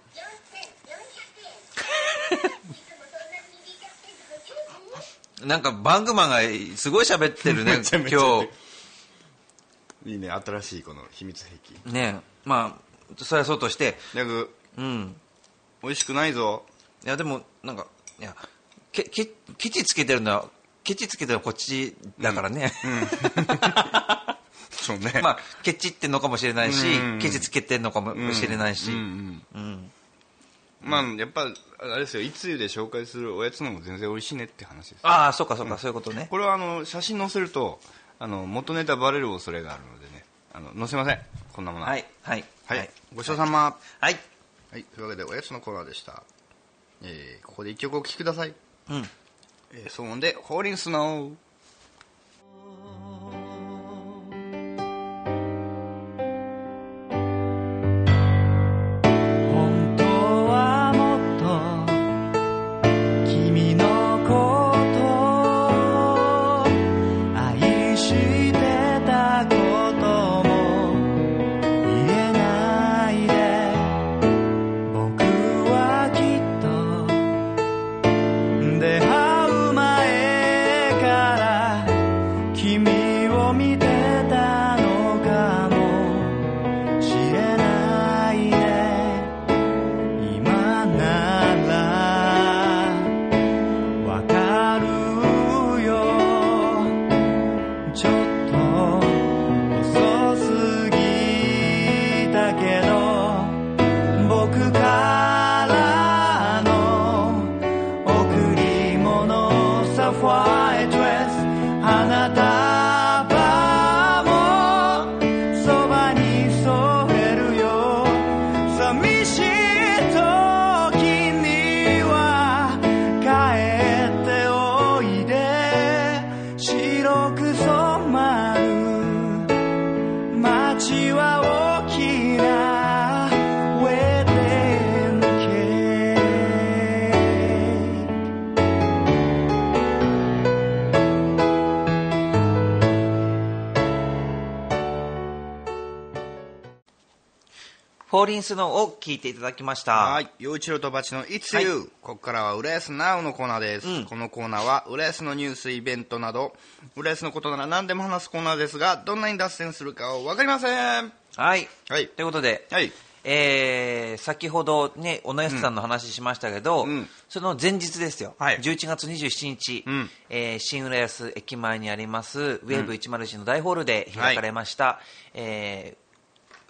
[SPEAKER 1] なんかバングマンがすごい喋って るね
[SPEAKER 2] めちゃ
[SPEAKER 1] 今
[SPEAKER 2] めちゃ言っ
[SPEAKER 1] 日
[SPEAKER 2] てるいいね新しいこの秘密兵器
[SPEAKER 1] ねまあそれはそうとして
[SPEAKER 2] だけど
[SPEAKER 1] うん
[SPEAKER 2] 美味しくないぞ
[SPEAKER 1] いやでもなんかいやけけケチつけてるのはケチつけてるのはこっちだからね、
[SPEAKER 2] そうね
[SPEAKER 1] まあケチってんのかもしれないし、
[SPEAKER 2] うん
[SPEAKER 1] ケチつけてんのかもしれないし、
[SPEAKER 2] うんうんまあやっぱあれですよいつゆで紹介するおやつのも全然美味しいねって話です
[SPEAKER 1] ああそうかそうか、そういうことね
[SPEAKER 2] これはあの写真載せるとあの元ネタバレる恐れがあるのでねあの載せませんこんなもの
[SPEAKER 1] はいはい
[SPEAKER 2] はい
[SPEAKER 1] はい、
[SPEAKER 2] ごちそうさま
[SPEAKER 1] はい
[SPEAKER 2] はいというわけでおやつのコーナーでした、えーここで一曲お聴きください、
[SPEAKER 1] うん
[SPEAKER 2] えー、騒音で「ホーリンスノー」
[SPEAKER 3] 本当はもっと君のこと愛してたことも言えないで僕はきっと出会う前から君を見てたのかもしれないね今ならわかるよちょっと遅すぎたけど僕からの贈り物サファイトレス花束もそばに添えるよ寂しい時には帰っておいで白く染まる街は大きな Wedding Cake
[SPEAKER 1] フォーリンスノーを聞いていただきました
[SPEAKER 2] はい、陽一郎とバチの「いつゆ、
[SPEAKER 1] は
[SPEAKER 2] ここからは「浦安なお」のコーナーです、
[SPEAKER 1] うん
[SPEAKER 2] このコーナーは浦安のニュースイベントなど浦安のことなら何でも話すコーナーですがどんなに脱線するかを分かりません
[SPEAKER 1] はい
[SPEAKER 2] はい
[SPEAKER 1] ということで、
[SPEAKER 2] はい
[SPEAKER 1] えー先ほどね、小野安さんの話しましたけど、
[SPEAKER 2] うんうん
[SPEAKER 1] その前日ですよ、
[SPEAKER 2] はい
[SPEAKER 1] 11月27日、
[SPEAKER 2] うん
[SPEAKER 1] えー新浦安駅前にあります、ウェーブ101の大ホールで開かれました、えー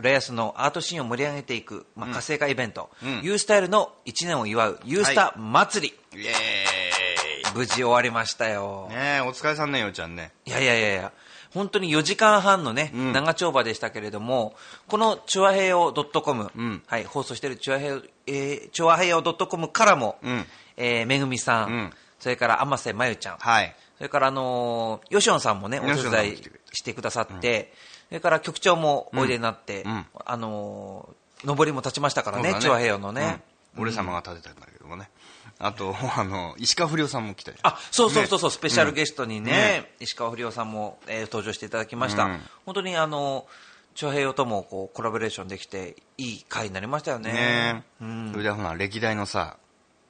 [SPEAKER 1] 浦安のアートシーンを盛り上げていく、まあ、活性化イベント、
[SPEAKER 2] うん
[SPEAKER 1] ユースタイルの1年を祝う、ユースタ祭り、
[SPEAKER 2] イエ
[SPEAKER 1] 無事終わりましたよ。
[SPEAKER 2] ーイねえお疲れさんね陽ちゃんね
[SPEAKER 1] いやいやいやいや、本当に4時間半のね、
[SPEAKER 2] ん
[SPEAKER 1] 長丁場でしたけれども、このチュアヘイオ .com、
[SPEAKER 2] ん
[SPEAKER 1] はい、放送しているチュアヘイオ、えー、チュアヘイオ .com からも、
[SPEAKER 2] うん
[SPEAKER 1] えーめぐみさん、
[SPEAKER 2] うん
[SPEAKER 1] それから天瀬まゆちゃん、
[SPEAKER 2] はい
[SPEAKER 1] それから、あのー、よしおんさんもね、お
[SPEAKER 2] よし
[SPEAKER 1] 手
[SPEAKER 2] おんさん
[SPEAKER 1] 伝
[SPEAKER 2] も
[SPEAKER 1] い
[SPEAKER 2] 来てくれた
[SPEAKER 1] してくださって、それから局長もおいでになって、
[SPEAKER 2] うんうん
[SPEAKER 1] あのー、上りも立ちましたからね、
[SPEAKER 2] そうだ
[SPEAKER 1] チュアヘイオのね。
[SPEAKER 2] うん俺様が建てたんだけどもね、あと、あの、石川不良さんも来たじゃん。
[SPEAKER 1] あそうそうそうそう、スペシャルゲストにね、石川不良さんも、えー登場していただきました、
[SPEAKER 2] うん
[SPEAKER 1] 本当にあの長平洋ともこうコラボレーションできて、いい回になりましたよね。
[SPEAKER 2] ね
[SPEAKER 1] う
[SPEAKER 2] え、
[SPEAKER 1] ん
[SPEAKER 2] それでほら歴代のさ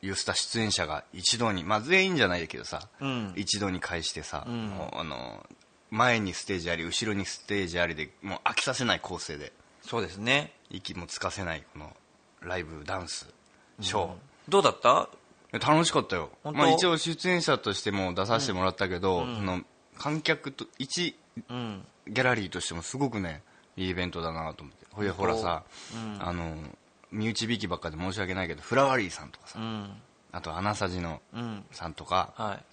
[SPEAKER 2] ユースタ出演者が一度に、まあ、全員じゃないけどさ、
[SPEAKER 1] うん
[SPEAKER 2] 一度に返してさ、
[SPEAKER 1] ん
[SPEAKER 2] もうあの前にステージあり後ろにステージありでもう飽きさせない構成で
[SPEAKER 1] そうですね
[SPEAKER 2] 息もつかせないこのライブダンスショー、
[SPEAKER 1] どうだった
[SPEAKER 2] いや楽しかったよ、
[SPEAKER 1] 本当
[SPEAKER 2] まあ、一応出演者としても出させてもらったけど、その観客と一
[SPEAKER 1] うん、
[SPEAKER 2] ギャラリーとしてもすごくねいいイベントだなと思ってほいでほらさ、あの身内びきばっかで申し訳ないけどフラワーリーさんとかさ、
[SPEAKER 1] うん、
[SPEAKER 2] あと花さじの
[SPEAKER 1] うん、
[SPEAKER 2] さんとか、
[SPEAKER 1] はい、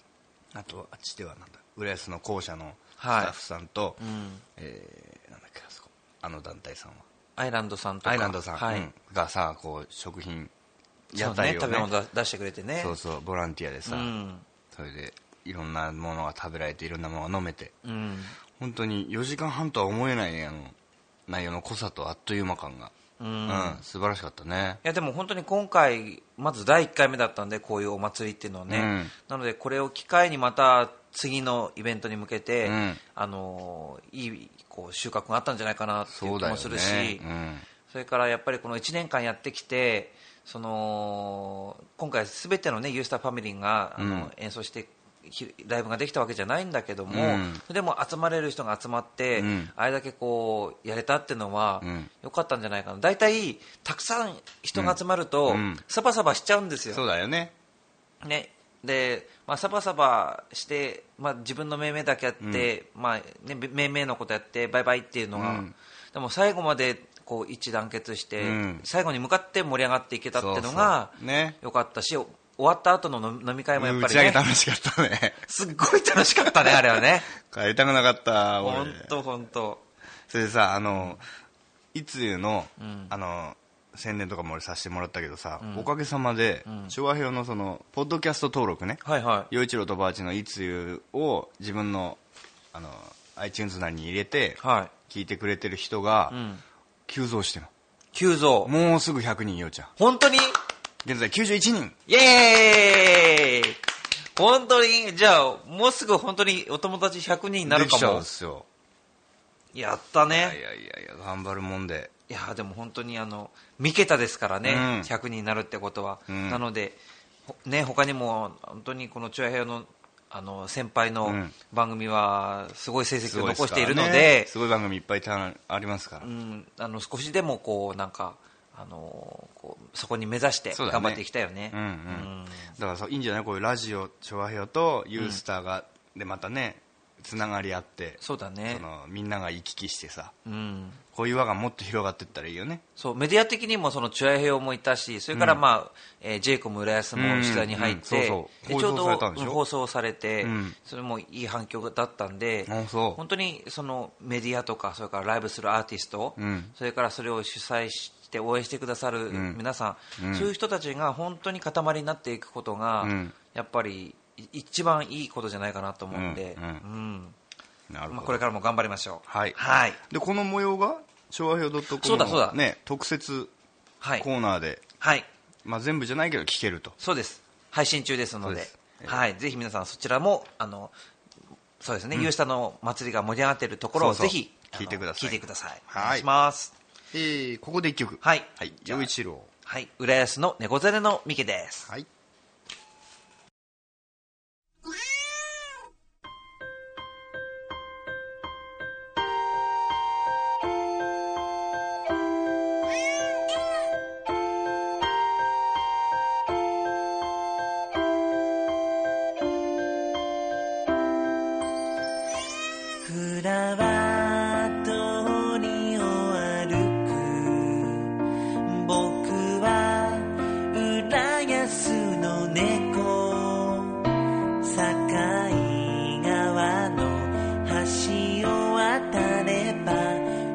[SPEAKER 2] あとあっちではなんだ浦安の校舎のスタ
[SPEAKER 1] はい
[SPEAKER 2] ッフさんと、
[SPEAKER 1] うん、
[SPEAKER 2] えーなんだっけあそこあの団体さんは
[SPEAKER 1] アイランドさんとか、
[SPEAKER 2] アイランドさん、
[SPEAKER 1] はい
[SPEAKER 2] うんがさこう食品
[SPEAKER 1] そ
[SPEAKER 2] 屋
[SPEAKER 1] うね
[SPEAKER 2] 台を
[SPEAKER 1] 食べ
[SPEAKER 2] ね
[SPEAKER 1] 物だ出してくれてね、
[SPEAKER 2] そうそうボランティアでさ、
[SPEAKER 1] うん
[SPEAKER 2] それでいろんなものが食べられていろんなものが飲めて
[SPEAKER 1] うん、
[SPEAKER 2] 本当に4時間半とは思えないねあの内容の濃さとあっという間感が、
[SPEAKER 1] うん
[SPEAKER 2] うん素晴らしかったね
[SPEAKER 1] いやでも本当に今回、まず第1回目だったんで、こういうお祭りっていうのはね、
[SPEAKER 2] うん
[SPEAKER 1] なので、これを機会にまた次のイベントに向けて、
[SPEAKER 2] うん
[SPEAKER 1] あのーいいこう収穫があったんじゃないかなってい
[SPEAKER 2] そうう
[SPEAKER 1] 気
[SPEAKER 2] だよ
[SPEAKER 1] も
[SPEAKER 2] ね
[SPEAKER 1] するし、
[SPEAKER 2] うん
[SPEAKER 1] それからやっぱりこの1年間やってきて、その今回、すべての、ね、ユースターファミリーがあの、
[SPEAKER 2] うん
[SPEAKER 1] 演奏してひライブができたわけじゃないんだけども、
[SPEAKER 2] うん
[SPEAKER 1] でも集まれる人が集まって、
[SPEAKER 2] うん
[SPEAKER 1] あれだけこうやれたっていうのは、
[SPEAKER 2] うん
[SPEAKER 1] よかったんじゃないかな、大体たくさん人が集まると、
[SPEAKER 2] うんうん
[SPEAKER 1] サバサバしちゃうんですよ。
[SPEAKER 2] そうだよね
[SPEAKER 1] ねでまあ、サバサバして、まあ、自分の命名だけやって、まあね、命名のことやってバイバイっていうのが、
[SPEAKER 2] うん
[SPEAKER 1] でも最後までこう一致団結して、
[SPEAKER 2] うん
[SPEAKER 1] 最後に向かって盛り上がっていけたっていうのが
[SPEAKER 2] そうそうね
[SPEAKER 1] よかったし終わった後の飲み飲み会もやっ
[SPEAKER 2] 打
[SPEAKER 1] ぱ
[SPEAKER 2] ち
[SPEAKER 1] り、
[SPEAKER 2] 上げ
[SPEAKER 1] ね、
[SPEAKER 2] 楽しかったね
[SPEAKER 1] すっごい楽しかったね、あれはね。
[SPEAKER 2] 帰りたくなかった 俺
[SPEAKER 1] 本当本当
[SPEAKER 2] それでさあの、いつゆの,、あの宣伝とかも俺させてもらったけどさ、おかげさまで、昭和平和のそのポッドキャスト登録ね
[SPEAKER 1] はいはい
[SPEAKER 2] 陽一郎とばあちのいつゆを自分のあの iTunes なりに入れて、
[SPEAKER 1] はい
[SPEAKER 2] 聞いてくれてる人が、
[SPEAKER 1] ん
[SPEAKER 2] 急増してる
[SPEAKER 1] 急増
[SPEAKER 2] もうすぐ100人陽ちゃん
[SPEAKER 1] 本当に
[SPEAKER 2] 現在91人
[SPEAKER 1] イエーイ本当にじゃあもうすぐ本当にお友達100人になる
[SPEAKER 2] でき
[SPEAKER 1] か
[SPEAKER 2] ちゃうん
[SPEAKER 1] も
[SPEAKER 2] ですよ
[SPEAKER 1] やったね
[SPEAKER 2] いやいやいや頑張るもんで
[SPEAKER 1] いやでも本当にあの3桁ですからね、
[SPEAKER 2] うん
[SPEAKER 1] 100人になるってことは、
[SPEAKER 2] うん
[SPEAKER 1] なので、ほね他にも本当にこのチュアヘヨのあの先輩の
[SPEAKER 2] うん
[SPEAKER 1] 番組はすごい成績を残しているの
[SPEAKER 2] すごいですからね
[SPEAKER 1] です
[SPEAKER 2] ごい番組いっぱいたありますから、
[SPEAKER 1] うんあの少しでもこうなんかあのこうそこに目指して
[SPEAKER 2] そうだね
[SPEAKER 1] 頑張っていきたいよね。
[SPEAKER 2] うんうんだからそういいんじゃないこういうラジオ調和表とユースターが、でまたねつながりあって
[SPEAKER 1] そうだね
[SPEAKER 2] そのみんなが行き来してさ
[SPEAKER 1] うん
[SPEAKER 2] こういう輪がもっと広がっていったらいいよね
[SPEAKER 1] そうメディア的にもそのチュアヘヨもいたしそれから、まあえージェイコム浦安も取材に入って、
[SPEAKER 2] うんうんそうそう
[SPEAKER 1] で
[SPEAKER 2] 放
[SPEAKER 1] ちょ
[SPEAKER 2] 送
[SPEAKER 1] う
[SPEAKER 2] され
[SPEAKER 1] ど
[SPEAKER 2] たんでしょ
[SPEAKER 1] うん放送されて、
[SPEAKER 2] うん
[SPEAKER 1] それもいい反響だったんで
[SPEAKER 2] あそう
[SPEAKER 1] 本当にそのメディアとかそれからライブするアーティスト、
[SPEAKER 2] うん
[SPEAKER 1] それからそれを主催して応援してくださる
[SPEAKER 2] ん
[SPEAKER 1] 皆さん、
[SPEAKER 2] うん
[SPEAKER 1] そういう人たちが本当に塊になっていくことが、
[SPEAKER 2] うん
[SPEAKER 1] やっぱりい一番いいことじゃないかなと思うんで、
[SPEAKER 2] うんう
[SPEAKER 1] うん
[SPEAKER 2] なるほど、
[SPEAKER 1] まあ、これからも頑張りましょう。
[SPEAKER 2] はい
[SPEAKER 1] はい
[SPEAKER 2] でこの模様が調和表 .com の、
[SPEAKER 1] そうだそうだ
[SPEAKER 2] ね、特設
[SPEAKER 1] はい
[SPEAKER 2] コーナーで、
[SPEAKER 1] はい
[SPEAKER 2] まあ、全部じゃないけど聞けると
[SPEAKER 1] そうです。配信中ですので、
[SPEAKER 2] そうですええ
[SPEAKER 1] はい、ぜひ皆さんそちらもあのそうですね、ユースタの祭りが盛り上がっているところを
[SPEAKER 2] そうそう
[SPEAKER 1] ぜひあの
[SPEAKER 2] 聞いてくだ
[SPEAKER 1] 聞
[SPEAKER 2] さい
[SPEAKER 1] いてください。
[SPEAKER 2] はい
[SPEAKER 1] お願いします。
[SPEAKER 2] えーここで一曲
[SPEAKER 1] はい
[SPEAKER 2] はい
[SPEAKER 1] じゃあ
[SPEAKER 2] 陽一郎
[SPEAKER 1] はい、浦安の猫背のミケです。
[SPEAKER 2] はい
[SPEAKER 3] フラワー通りを歩く僕は浦安の猫境川の橋を渡れば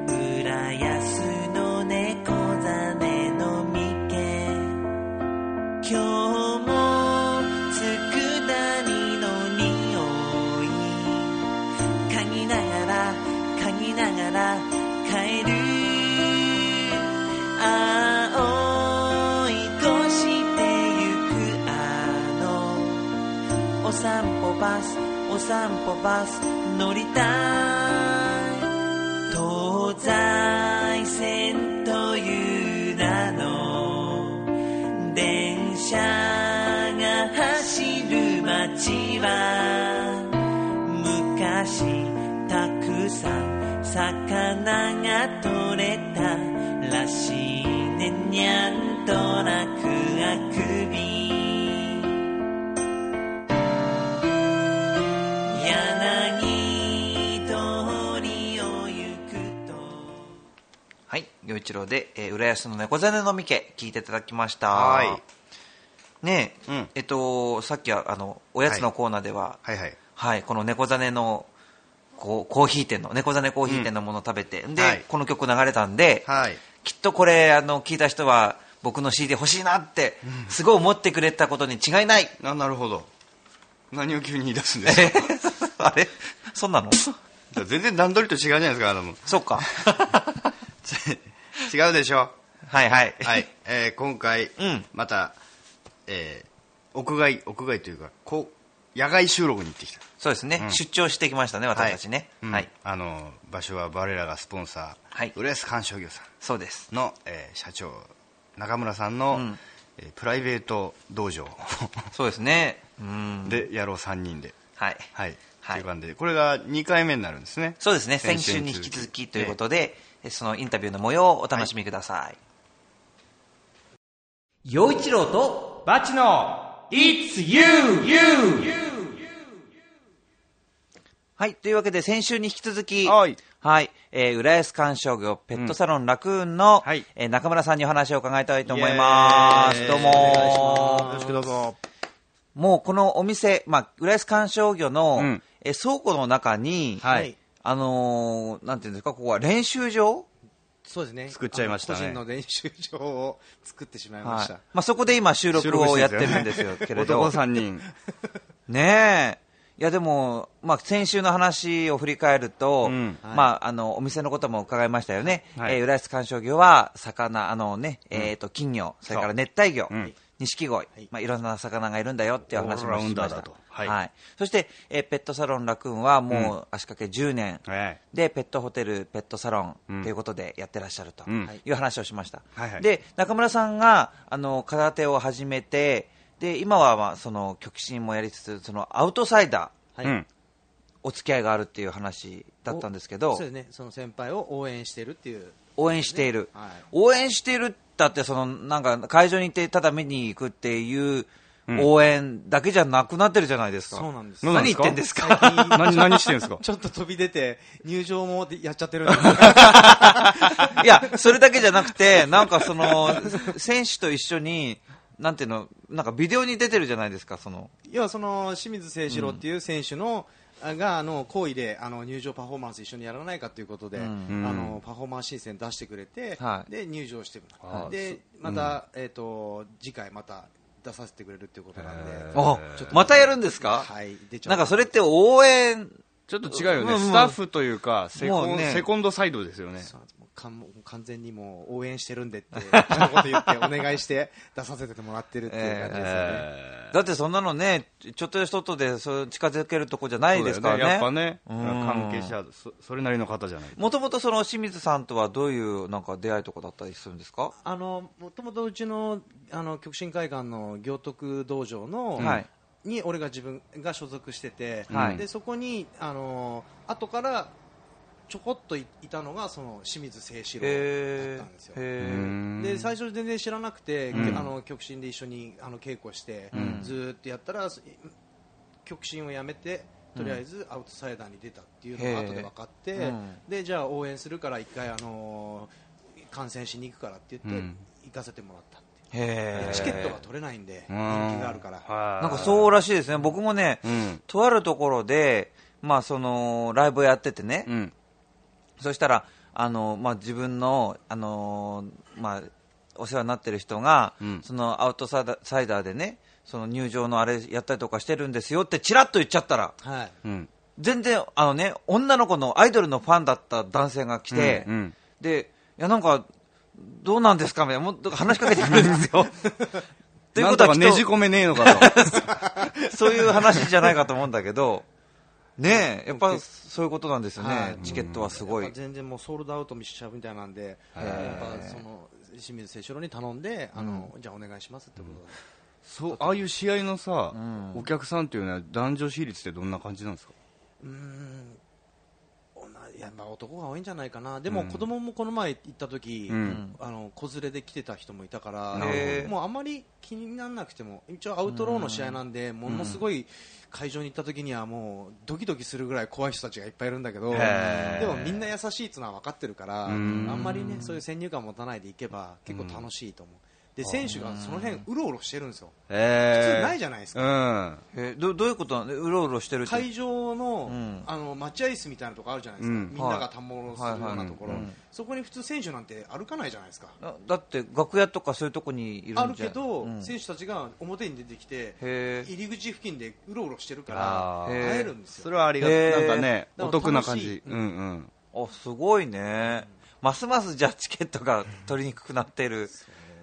[SPEAKER 3] 浦安の猫ザネのけ今日も佃煮の匂い嗅ぎながら嗅ぎながら帰る青散歩バス乗りたい東西線という名の電車が走る街は昔たくさん魚が取れたらしいねにゃんとなくあくび柳通りを行くと
[SPEAKER 1] はい、陽一郎で、えー浦安の猫背のみけ、聞いていただきました。
[SPEAKER 2] は
[SPEAKER 1] ねえ、
[SPEAKER 2] うん
[SPEAKER 1] えっと、さっきは、あの、おやつのコーナーでは、
[SPEAKER 2] はいはい
[SPEAKER 1] はい、この猫ザネのこうコーヒー店の猫ザネコーヒー店のものを食べて、で、
[SPEAKER 2] はい
[SPEAKER 1] この曲流れたんで、
[SPEAKER 2] はい
[SPEAKER 1] きっとこれあの聞いた人は僕の CD 欲しいなってすごい思ってくれたことに違いない、
[SPEAKER 2] ななるほど何を急に言い出すんですか
[SPEAKER 1] あれそんなの
[SPEAKER 2] 全然段取りと違うじゃないですかあのもう
[SPEAKER 1] そうか
[SPEAKER 2] 違うでしょ
[SPEAKER 1] はいはい、
[SPEAKER 2] はい、えー今回、
[SPEAKER 1] うん
[SPEAKER 2] また、えー屋外屋外というかこう野外収録に行ってきた
[SPEAKER 1] そうですね、
[SPEAKER 2] うん
[SPEAKER 1] 出張してきましたね私たちね
[SPEAKER 2] うん
[SPEAKER 1] はい、
[SPEAKER 2] あの場所は我らがスポンサー、
[SPEAKER 1] はい
[SPEAKER 2] 浦安鑑賞業さ
[SPEAKER 1] そうです
[SPEAKER 2] んの、えー社長中村さんの、
[SPEAKER 1] ん
[SPEAKER 2] えープライベート道場
[SPEAKER 1] そうですねうん
[SPEAKER 2] で野郎3人で
[SPEAKER 1] はい、
[SPEAKER 2] はい、
[SPEAKER 1] はい
[SPEAKER 2] という感じでこれが2回目になるんですね
[SPEAKER 1] そうですね先
[SPEAKER 2] 先週
[SPEAKER 1] 週
[SPEAKER 2] に
[SPEAKER 1] に
[SPEAKER 2] 続
[SPEAKER 1] 引き
[SPEAKER 2] き
[SPEAKER 1] 続きということで、そのインタビューの模様をお楽しみください
[SPEAKER 5] 陽一郎と
[SPEAKER 6] バチの It's you, you, you
[SPEAKER 1] はい。というわけで、先週に引き続き、
[SPEAKER 2] はい。
[SPEAKER 1] えー浦安鑑賞業ペットサロンラクーンの、
[SPEAKER 2] はい
[SPEAKER 1] えー中村さんにお話を伺いたいと思います。どうも
[SPEAKER 6] ろしくどうぞ
[SPEAKER 1] もうこのお店、まあ、浦安鑑賞業の、
[SPEAKER 2] うん
[SPEAKER 1] えー倉庫の中に、
[SPEAKER 6] はい
[SPEAKER 1] あのーなんていうんですか、ここは練習場
[SPEAKER 6] そうですね
[SPEAKER 2] 作っちゃいましたね
[SPEAKER 6] あの個人の練習場を作ってしまいま
[SPEAKER 1] は
[SPEAKER 6] し
[SPEAKER 1] い。
[SPEAKER 6] た、
[SPEAKER 1] まあ、そこで今収録
[SPEAKER 2] 収録
[SPEAKER 1] を
[SPEAKER 2] し
[SPEAKER 1] や
[SPEAKER 2] て
[SPEAKER 1] ってるんですよ、けれど。
[SPEAKER 2] 男3人
[SPEAKER 1] ねえ。いやでも、まあ、先週の話を振り返ると、
[SPEAKER 2] うん
[SPEAKER 1] まあ、あのお店のことも伺いましたよね、
[SPEAKER 2] はい
[SPEAKER 1] えー浦安観賞魚は魚、あのねえー、と金魚、それから熱帯魚
[SPEAKER 2] うん、
[SPEAKER 1] 錦鯉、いまあ、いろんな魚がいるんだよっていう話も
[SPEAKER 2] オールラウ
[SPEAKER 1] し
[SPEAKER 2] ンダ
[SPEAKER 1] ま
[SPEAKER 2] ー
[SPEAKER 1] した
[SPEAKER 2] だとはい
[SPEAKER 1] そして、えーペットサロンラクーンはもう足掛け10年、
[SPEAKER 2] はい
[SPEAKER 1] でペットホテル、ペットサロン
[SPEAKER 2] ん
[SPEAKER 1] ということでやってらっしゃると
[SPEAKER 2] うん
[SPEAKER 1] いう話をしました、
[SPEAKER 2] はいはい
[SPEAKER 1] で中村さんがあの空手を始めてで今は、まあ、その極真もやりつつそのアウトサイダー
[SPEAKER 2] う
[SPEAKER 7] はい
[SPEAKER 2] ん、
[SPEAKER 1] お付き合いがあるっていう話だったんですけ
[SPEAKER 7] お
[SPEAKER 1] ど
[SPEAKER 7] そうですねその先輩を応援してるっていう
[SPEAKER 1] 応援している、
[SPEAKER 7] はい
[SPEAKER 1] 応援しているだってそのなんか会場に行ってただ見に行くっていう応援だけじゃなくなってるじゃないですか、
[SPEAKER 7] そうなんです
[SPEAKER 2] 何
[SPEAKER 1] 何言ってんですか
[SPEAKER 7] 最 近
[SPEAKER 2] 何何してんですか
[SPEAKER 7] ちょっと飛び出て入場もやっちゃってるんで
[SPEAKER 1] いや、それだけじゃなくて、なんかその、選手と一緒に、なんていうの、なんかビデオに出てるじゃないですか、その。
[SPEAKER 7] 要はその清水誠志郎っていう選手の、あがあの好意であの入場パフォーマンス一緒にやらないかということで、あのパフォーマンス申請出してくれて、
[SPEAKER 1] はい
[SPEAKER 7] で入場してもらう
[SPEAKER 2] あー
[SPEAKER 7] でまた、えっ、と次回また出させてくれるっていうことなんで、
[SPEAKER 1] あ、またやるんですか
[SPEAKER 7] はい出ちゃう
[SPEAKER 1] なんかそれって応援、
[SPEAKER 2] ちょっと違うよね、
[SPEAKER 1] うん
[SPEAKER 2] スタッフというかセコン
[SPEAKER 1] もうね
[SPEAKER 2] セコンドサイドですよね
[SPEAKER 7] そうなんですもうかんもう完全にもう応援してるんでって一言言ってお願 いして出させてもらってるっていう感じですよね。
[SPEAKER 1] だってそんなのね、ちょっとしたことでそう近づけるとこじゃないですから
[SPEAKER 2] そうだよやっぱ
[SPEAKER 1] ね。
[SPEAKER 2] ね、
[SPEAKER 1] うん
[SPEAKER 2] 関係者そ、それなりの方じゃない
[SPEAKER 1] もともとその清水さんとはどういうなんか出会いとかだったりするんですか
[SPEAKER 7] あのもともとうちのあの極真会館の行徳道場の、
[SPEAKER 1] はい
[SPEAKER 7] に俺が自分が所属してて、
[SPEAKER 1] はい
[SPEAKER 7] でそこにあの後からちょこっといいたのがその清水清志郎
[SPEAKER 1] へ
[SPEAKER 7] だったんですよ。
[SPEAKER 1] え。
[SPEAKER 7] で最初全然知らなくて、あの極真で一緒にあの稽古して、ずーっとやったらす極真をやめてとりあえずアウトサイダーに出たっていうのが
[SPEAKER 1] へー
[SPEAKER 7] 後で分かって、
[SPEAKER 1] うん
[SPEAKER 7] でじゃあ応援するから一回あのー観戦しに行くからって言って、行かせてもらったっていう
[SPEAKER 1] へえ。
[SPEAKER 7] チケットが取れないんで人気があるから、
[SPEAKER 1] なんか
[SPEAKER 2] う
[SPEAKER 1] そうらしいですね。僕もね、
[SPEAKER 2] ん
[SPEAKER 1] とあるところで、まあその、ライブをやっててね、
[SPEAKER 2] うん
[SPEAKER 1] そしたら、あのまあ、自分の、あのまあ、お世話になってる人が、
[SPEAKER 2] ん
[SPEAKER 1] そのアウトサイダーサイダーでね、その入場のあれやったりとかしてるんですよって、ちらっと言っちゃったら、
[SPEAKER 7] はい、
[SPEAKER 2] うん
[SPEAKER 1] 全然、あのね、女の子のアイドルのファンだった男性が来て、
[SPEAKER 2] うんうん
[SPEAKER 1] で、いや、なんか、どうなんですかみたいな、もっと話しかけてくるんです よ。という
[SPEAKER 2] な
[SPEAKER 1] こと
[SPEAKER 2] んと
[SPEAKER 1] は
[SPEAKER 2] か
[SPEAKER 1] きっ
[SPEAKER 2] ねじ
[SPEAKER 1] と、
[SPEAKER 2] 込めねえのかと
[SPEAKER 1] そういう話じゃないかと思うんだけど、ねえ、やっぱそういうことなんですよね、
[SPEAKER 7] はい
[SPEAKER 1] チケットはすご
[SPEAKER 7] やっ
[SPEAKER 1] い
[SPEAKER 7] ぱ。全然もうソールドアウトもしちゃうみたいなんで、やっぱその清水清志郎に頼んで、あのじゃあお願いしますってことで
[SPEAKER 2] そうああいう試合のさ、お客さんっていうのは男女比率ってどんな感じなんですか
[SPEAKER 7] 女いやまあ男が多いんじゃないかな、でも子供もこの前行った時、
[SPEAKER 2] ん
[SPEAKER 7] あの子連れで来てた人もいたから
[SPEAKER 1] へえ、
[SPEAKER 7] もうあんまり気にならなくても、一応アウトローの試合なんで、ものすごい会場に行った時にはもうドキドキするぐらい怖い人たちがいっぱいいるんだけど、
[SPEAKER 2] へえ
[SPEAKER 7] でもみんな優しいっていうのは分かってるから、あ
[SPEAKER 2] ん
[SPEAKER 7] んまりねそういう先入観を持たないでいけば結構楽しいと思う。で選手がその辺うろうろしてるんですよ。
[SPEAKER 2] え
[SPEAKER 7] 普通ないじゃないですか
[SPEAKER 2] か、
[SPEAKER 1] えーどどういうことなんで、うろうろしてるって
[SPEAKER 7] 会場の,、
[SPEAKER 1] ん
[SPEAKER 7] あの待合室みたいなところあるじゃないです
[SPEAKER 2] う
[SPEAKER 7] か、
[SPEAKER 2] ん
[SPEAKER 7] みんながたむろするようなところ、
[SPEAKER 1] はいはいはいうん
[SPEAKER 7] そこに普通、選手なんて歩かないじゃないですか。
[SPEAKER 1] なだって楽屋とかそういうとこにいるんじゃ
[SPEAKER 7] あ
[SPEAKER 1] ん
[SPEAKER 7] るけど、
[SPEAKER 1] うん
[SPEAKER 7] 選手たちが表に出てきて
[SPEAKER 1] へー
[SPEAKER 7] 入り口付近でうろうろしてるか
[SPEAKER 2] あ
[SPEAKER 7] ら
[SPEAKER 1] ー
[SPEAKER 7] 会えるんです
[SPEAKER 2] そ
[SPEAKER 7] よ
[SPEAKER 2] れはありが
[SPEAKER 1] へ
[SPEAKER 2] た
[SPEAKER 1] え
[SPEAKER 2] いなんかね
[SPEAKER 7] で
[SPEAKER 2] お
[SPEAKER 7] も
[SPEAKER 2] 得な感じ
[SPEAKER 7] 楽しい、
[SPEAKER 2] うんうん
[SPEAKER 1] あすごいね、ますますじゃあチケットが取りにくくなっている、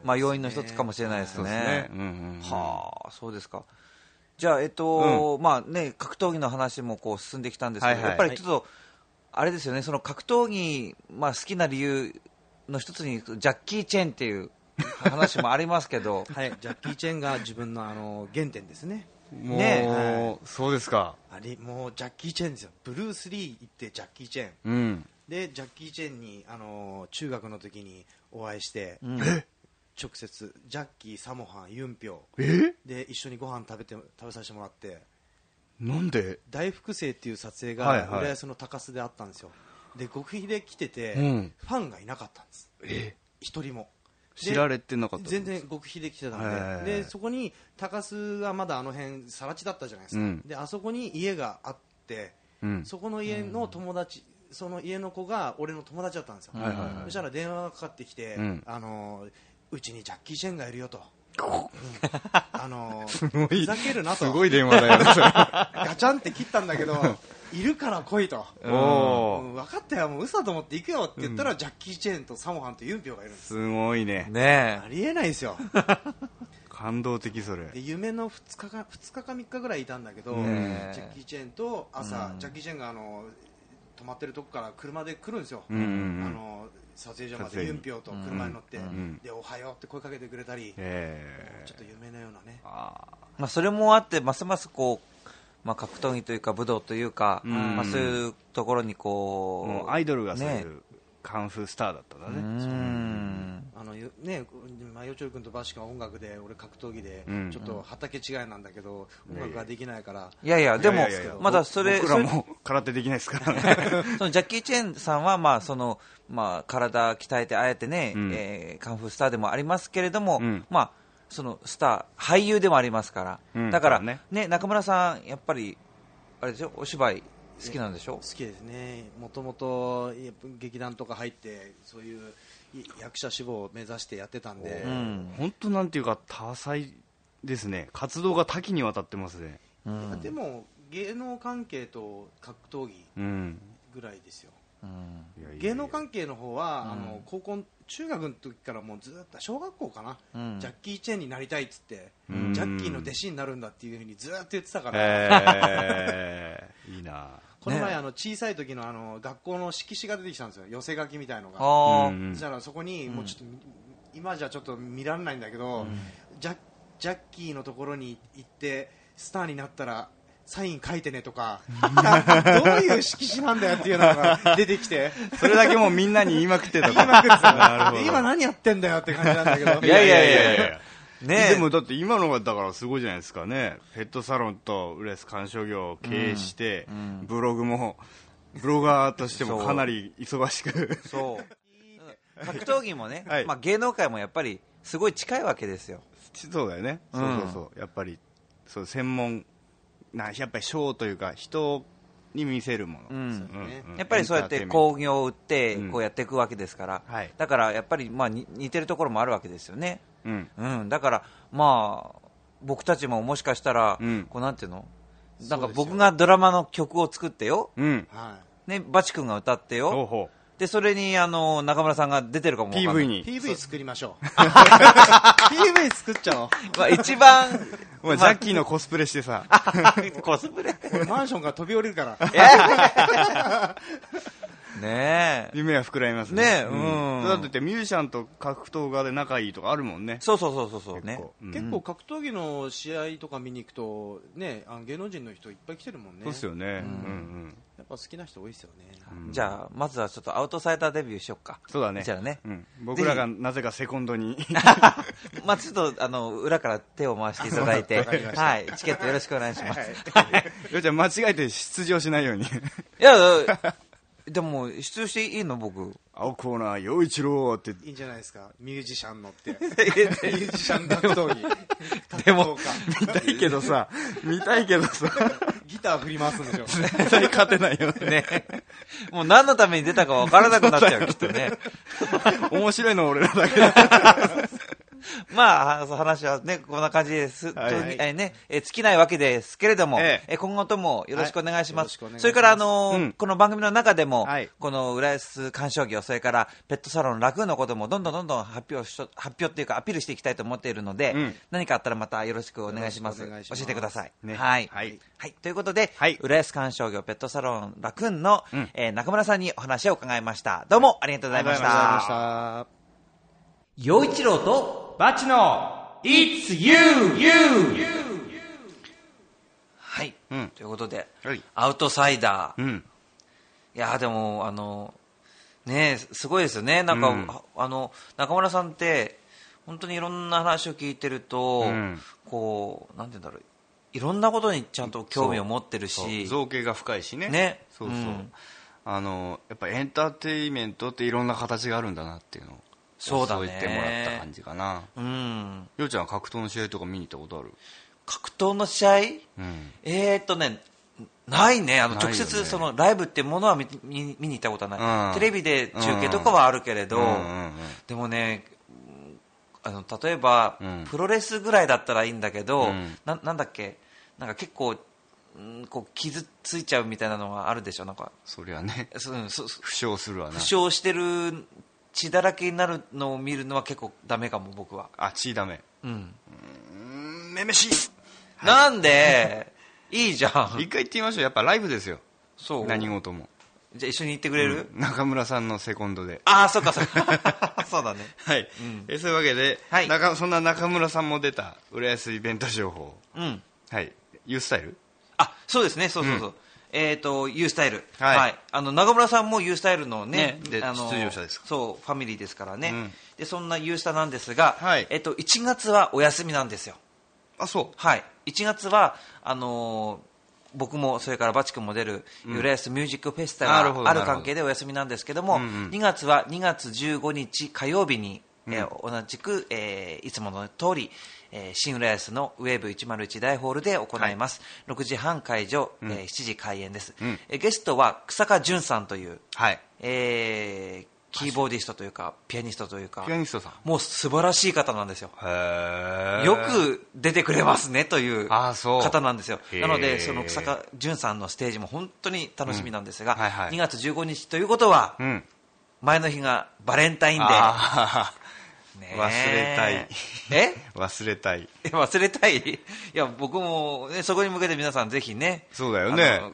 [SPEAKER 1] まあ、要因の一つかもしれないです
[SPEAKER 2] そうですね
[SPEAKER 1] ね。
[SPEAKER 2] うんうん
[SPEAKER 1] はあ、そうですか。じゃあ、えっと、まあね、格闘技の話もこう進んできたんですけど、
[SPEAKER 2] はいはい
[SPEAKER 1] やっぱりちょっと、あれですよね、その格闘技、まあ好きな理由の一つに、ジャッキー・チェンっていう話もあります けど
[SPEAKER 7] はい、ジャッキー・チェンが自分のあの原点ですね
[SPEAKER 2] もう、
[SPEAKER 1] ね
[SPEAKER 2] そうですか
[SPEAKER 7] あれもうジャッキー・チェンですよブルース・リー行ってジャッキー・チェン
[SPEAKER 2] うん
[SPEAKER 7] でジャッキー・チェンにあの中学の時にお会いして、直接ジャッキー、サモハン、ユンピョウ
[SPEAKER 2] え
[SPEAKER 7] で一緒にご飯食べて食べさせてもらって
[SPEAKER 2] なんで
[SPEAKER 7] 大福星っていう撮影
[SPEAKER 2] はいは
[SPEAKER 7] が
[SPEAKER 2] い
[SPEAKER 7] 浦安の高須であったんですよ、で極秘で来てて、
[SPEAKER 2] うん
[SPEAKER 7] ファンがいなかったんです一人もで
[SPEAKER 2] 知られてなかった
[SPEAKER 7] 全然極秘で来てた
[SPEAKER 2] は
[SPEAKER 7] ん
[SPEAKER 2] い
[SPEAKER 7] ででそこに高須がまだあの辺更地だったじゃないですか、
[SPEAKER 2] うん
[SPEAKER 7] であそこに家があって、
[SPEAKER 2] うん
[SPEAKER 7] そこの家の友達、その家の子が俺の友達だったんですよ、
[SPEAKER 2] はいはいはい
[SPEAKER 7] そしたら電話がかかってきて、
[SPEAKER 2] うん
[SPEAKER 7] あのーうちにジャッキー・チェンがいる よと、うんあのー
[SPEAKER 2] すごい
[SPEAKER 7] ふざけるなと
[SPEAKER 2] すごい電話だよねそ れ
[SPEAKER 7] ガチャンって切ったんだ けどいるから来いと、
[SPEAKER 2] おお、
[SPEAKER 7] うん分かったよ、もう嘘だと思って行くよって言ったら、ジャッキー・チェンとサモハンとユンピョウがいるんです
[SPEAKER 2] すごいね
[SPEAKER 1] ね
[SPEAKER 7] ありえないですよ
[SPEAKER 2] 感動的それ
[SPEAKER 7] で夢の2日か2日か3日ぐらいいたんだけど、
[SPEAKER 2] ねえ
[SPEAKER 7] ジャッキー・チェンと朝、ジャッキー・チェンがあの泊まってるとこから車で来るんですよ、
[SPEAKER 2] うんうんうん
[SPEAKER 7] あの撮影所ま
[SPEAKER 2] 撮
[SPEAKER 7] で
[SPEAKER 2] 影に
[SPEAKER 7] ユンピョウと車に乗って、
[SPEAKER 2] ん
[SPEAKER 7] でおはようって声かけてくれたり、
[SPEAKER 2] え
[SPEAKER 7] ちょっと夢のようなね、
[SPEAKER 1] えまあ、それもあって、ますますこう、まあ、格闘技というか武道というか、
[SPEAKER 2] ん
[SPEAKER 1] まあ、そういうところに
[SPEAKER 2] え
[SPEAKER 1] こう
[SPEAKER 2] もうアイドルがそうい
[SPEAKER 1] ね
[SPEAKER 2] うカンフースターだったんだね
[SPEAKER 1] うん
[SPEAKER 7] あのゆね、まあ、よちょる君とバシ君は音楽で、俺、格闘技で、
[SPEAKER 2] ん
[SPEAKER 7] ちょっと畑違いなんだけど、音楽ができないから、
[SPEAKER 1] いやいや、でも
[SPEAKER 2] いやいやいや、
[SPEAKER 1] まだそれ、
[SPEAKER 2] 僕らも空手できないですからね
[SPEAKER 1] そのジャッキー・チェンさんは、まあそのまあ、体鍛えて、あえてね、
[SPEAKER 2] ん
[SPEAKER 1] えーカンフースターでもありますけれども、
[SPEAKER 2] うん
[SPEAKER 1] まあ、そのスター、俳優でもありますから、
[SPEAKER 2] うん
[SPEAKER 1] だから、
[SPEAKER 2] そう
[SPEAKER 1] ね
[SPEAKER 2] ね
[SPEAKER 1] 中村さん、やっぱり、あれでしょ、お芝居好きなんでしょ
[SPEAKER 7] 好、きですね、もともとやっぱ劇団とか入って、そういうい役者志望を目指してやってたんで。
[SPEAKER 1] うん、
[SPEAKER 2] 本当なんていうか多彩ですね活動が多岐にわたってますね
[SPEAKER 7] やっぱでも芸能関係と格闘技
[SPEAKER 2] うん
[SPEAKER 7] ぐらいですよ
[SPEAKER 2] いやいやいや
[SPEAKER 7] 芸能関係の方は、あの高校中学の時からもうずっと小学校かな、
[SPEAKER 1] うん
[SPEAKER 7] ジャッキー・チェンになりたいっつって、
[SPEAKER 2] うん
[SPEAKER 7] ジャッキーの弟子になるんだっていうふうにずっと言ってたから、
[SPEAKER 2] えー、いい な
[SPEAKER 7] この前、あの小さい時のあの学校の色紙が出てきたんですよ寄せ書きみたいのが
[SPEAKER 1] あー、
[SPEAKER 2] うん
[SPEAKER 7] そしたらそこにもうちょっと、今じゃちょっと見られないんだけど、ジャジャッキーのところに行ってスターになったらサイン書いてね とかどういう色紙なんだよっていうのが出てきて
[SPEAKER 2] それだけもうみんなに言いまくってた
[SPEAKER 7] 今なんですよ
[SPEAKER 2] なるほど
[SPEAKER 7] 今何やってんだよって感じなんだ けど
[SPEAKER 1] いやいやいやね
[SPEAKER 2] ね、でもだって今のがだからすごいじゃないですかねペットサロンとウレス観賞業を経営して、ブログもブロガーとしてもかなり忙しく
[SPEAKER 1] そう格闘技もね、
[SPEAKER 2] はい
[SPEAKER 1] まあ、芸能界もやっぱりすごい近いわけですよ。
[SPEAKER 2] そうだよね、そうそうそうやっぱりそう専門なやっぱりショーというか人に見せるもの、
[SPEAKER 1] ん
[SPEAKER 2] うんうん
[SPEAKER 1] やっぱりそうやって興行を売って
[SPEAKER 2] うん
[SPEAKER 1] こうやっていくわけですから、
[SPEAKER 2] はい
[SPEAKER 1] だからやっぱりまあに似てるところもあるわけですよね、
[SPEAKER 2] うん
[SPEAKER 1] うん、だからまあ僕たちももしかしたら、
[SPEAKER 2] うん
[SPEAKER 1] こうなんていうのなん
[SPEAKER 7] そ
[SPEAKER 1] か
[SPEAKER 7] うですよ
[SPEAKER 1] 僕がドラマの曲を作ってよ、
[SPEAKER 2] うん
[SPEAKER 7] はい
[SPEAKER 1] ね、バチ君が歌って
[SPEAKER 2] ほう
[SPEAKER 1] よ
[SPEAKER 2] ほ
[SPEAKER 1] で、それに、あの、中村さんが出てるかもわかんない
[SPEAKER 2] PV。に
[SPEAKER 7] PV 作りましょう PV 作っちゃおう
[SPEAKER 1] まあ、一番、
[SPEAKER 2] お前ジャッキーのコスプレしてさ
[SPEAKER 1] コスプレ
[SPEAKER 7] 俺マンションから飛び降りるから
[SPEAKER 1] ねえ。
[SPEAKER 2] 夢は膨らみます
[SPEAKER 1] ね
[SPEAKER 2] ね
[SPEAKER 1] うん
[SPEAKER 2] だってミュージシャンと格闘家で仲いいとかあるもんね
[SPEAKER 1] そうそうそうそうそうね。
[SPEAKER 2] うん
[SPEAKER 7] 結構格闘技の試合とか見に行くとねあの芸能人の人いっぱい来てるもんね
[SPEAKER 2] そうっすよねうんうん
[SPEAKER 7] やっぱ好きな人多いですよね
[SPEAKER 1] じゃあ、まずはちょっとアウトサイダーデビューしよっか。
[SPEAKER 2] そうだね
[SPEAKER 1] じゃあね。
[SPEAKER 2] うん僕らがなぜかセコン ドに
[SPEAKER 1] まあちょっと、あの、裏から手を回していただい て、はい、チケットよろしくお願いします。
[SPEAKER 2] よっちゃん間違えて出場しないように
[SPEAKER 1] いや、でも、出場していいの僕。
[SPEAKER 2] 青コーナー陽一郎って
[SPEAKER 7] いいんじゃないですかミュージシャンのってミュージシャン格闘技
[SPEAKER 2] でも
[SPEAKER 7] 格闘
[SPEAKER 2] 見たいけどさ見たいけどさ
[SPEAKER 7] 家ギター振り回すんでしょ
[SPEAKER 2] 絶対勝てないよね
[SPEAKER 1] ね。もう何のために出たか分からなくなっちゃう、きっとね。
[SPEAKER 2] 面白いのは俺らだけだ
[SPEAKER 1] まあ、話はね、こんな感じです。
[SPEAKER 2] はいはい
[SPEAKER 1] とえーね、えー尽きないわけですけれども、
[SPEAKER 2] え
[SPEAKER 1] えー今後ともよろしくお願いします。
[SPEAKER 7] はいよろしくお願いします
[SPEAKER 1] それから、あのー
[SPEAKER 2] うん
[SPEAKER 1] この番組の中でも、
[SPEAKER 2] はい
[SPEAKER 1] この浦安鑑賞業、それからペットサロンラクーンのことも、どんどんどんどん発表しと、発表っていうか、アピールしていきたいと思っているので、
[SPEAKER 2] うん
[SPEAKER 1] 何かあったらまたよろしくお願いします。
[SPEAKER 7] よろしくお願いします
[SPEAKER 1] 教えてください。
[SPEAKER 2] ね
[SPEAKER 1] はい、
[SPEAKER 2] はい
[SPEAKER 1] はいということで、
[SPEAKER 2] はい
[SPEAKER 1] 浦安鑑賞業ペットサロンラクーンの、
[SPEAKER 2] うん
[SPEAKER 1] えー中村さんにお話を伺いました。どうもありがとうございまし
[SPEAKER 2] ありがとうございま
[SPEAKER 1] た
[SPEAKER 2] し。
[SPEAKER 7] あ
[SPEAKER 1] 陽一郎と、
[SPEAKER 6] バチの It's you, you, you.
[SPEAKER 1] はい、
[SPEAKER 2] うん
[SPEAKER 1] ということで、
[SPEAKER 2] はい
[SPEAKER 1] アウトサイダー、
[SPEAKER 2] う
[SPEAKER 1] い
[SPEAKER 2] ん
[SPEAKER 1] やーでもあのねえすごいですよねなんか、
[SPEAKER 2] うん
[SPEAKER 1] ああの中村さんって本当にいろんな話を聞いてると、
[SPEAKER 2] うん
[SPEAKER 1] こうなんて言うんだろういろんなことにちゃんと興味を持ってるし
[SPEAKER 2] 造形が深いしね
[SPEAKER 1] ね
[SPEAKER 2] そうそう、
[SPEAKER 1] うん
[SPEAKER 2] あのやっぱエンターテインメントっていろんな形があるんだなっていうのを
[SPEAKER 1] そうだね
[SPEAKER 2] 言ってもらった感じかな
[SPEAKER 1] うん
[SPEAKER 2] ようちゃんは格闘の試合とか見に行ったことある
[SPEAKER 1] 格闘の試合、
[SPEAKER 2] うん
[SPEAKER 1] えー、っとねないねあの
[SPEAKER 2] ないよ
[SPEAKER 1] 直
[SPEAKER 2] ね
[SPEAKER 1] 接そのライブってものは見見見に行ったことはない、
[SPEAKER 2] う
[SPEAKER 1] テ
[SPEAKER 2] ん
[SPEAKER 1] レビで中継とかはあるけれど、
[SPEAKER 2] うんうん
[SPEAKER 1] でもね、うんあの例えば、
[SPEAKER 2] うん
[SPEAKER 1] プロレスぐらいだったらいいんだけど、
[SPEAKER 2] うん
[SPEAKER 1] ななんだっけ、なんか結構、うんこう傷ついちゃうみたいなのがあるでしょ、なんか、
[SPEAKER 2] そりゃね
[SPEAKER 1] そうんそそ
[SPEAKER 2] 負傷するわ
[SPEAKER 1] 負
[SPEAKER 2] な
[SPEAKER 1] 傷してる血だらけになるのを見るのは結構だめかも、僕は。
[SPEAKER 2] あ血ダメ
[SPEAKER 1] うん
[SPEAKER 2] うん めめしい
[SPEAKER 1] なんで、いいじゃん、
[SPEAKER 2] 一回言ってみましょうやっぱライブですよ
[SPEAKER 1] そうじゃ
[SPEAKER 2] 何事も
[SPEAKER 1] あ一緒に行ってくれる、
[SPEAKER 2] 中村さんのセコンドで
[SPEAKER 1] ああ、そっかそっか、そうだね。
[SPEAKER 2] はい、えそういうわけで、
[SPEAKER 1] はい
[SPEAKER 2] 中そんな中村さんも出た浦安イベント情報
[SPEAKER 1] うん
[SPEAKER 2] はいユースタイル
[SPEAKER 1] あそうですね、そうそうそう、えっ、と、ユースタイル、は、
[SPEAKER 2] はいい
[SPEAKER 1] あの中村さんもユースタイルのね、
[SPEAKER 2] ねで
[SPEAKER 1] あの
[SPEAKER 2] 出場者ですか
[SPEAKER 1] そう、ファミリーですからね、
[SPEAKER 2] うん
[SPEAKER 1] でそんなユースタなんですが、
[SPEAKER 2] はい
[SPEAKER 1] えっと、1月はお休みなんですよ、
[SPEAKER 2] あそ
[SPEAKER 1] はい、1月はあのー僕もそれからバチ君も出る浦安ミュージックフェスタ
[SPEAKER 2] なるほど
[SPEAKER 1] がある
[SPEAKER 2] なるほど
[SPEAKER 1] 関係でお休みなんですけども、
[SPEAKER 2] うんうん
[SPEAKER 1] 2月は2月15日火曜日に、えー
[SPEAKER 2] う
[SPEAKER 1] 同じく、えーいつもの通り、えー新浦安のウェーブ101大ホールで行います、6時半会場、えー7時開演です、
[SPEAKER 2] うん
[SPEAKER 1] えーゲストは草加淳さんという、
[SPEAKER 2] はい
[SPEAKER 1] えーキーボーディストというかピアニストというか
[SPEAKER 2] ピアニストさん
[SPEAKER 1] もう素晴らしい方なんですよ
[SPEAKER 2] へー
[SPEAKER 1] よく出てくれますねという
[SPEAKER 2] あーそう
[SPEAKER 1] 方なんですよ、
[SPEAKER 2] へー
[SPEAKER 1] なので、その草加淳さんのステージも本当に楽しみなんですが、
[SPEAKER 2] うんはいはい
[SPEAKER 1] 2月15日ということは
[SPEAKER 2] う、ん
[SPEAKER 1] 前の日がバレンタインデー、
[SPEAKER 2] あー
[SPEAKER 1] ねえ
[SPEAKER 2] 忘れたい
[SPEAKER 1] え
[SPEAKER 2] 忘れたい
[SPEAKER 1] え忘れたい、いや、僕も、ね、そこに向けて皆さん、ぜひね、
[SPEAKER 2] そうだよね
[SPEAKER 1] あの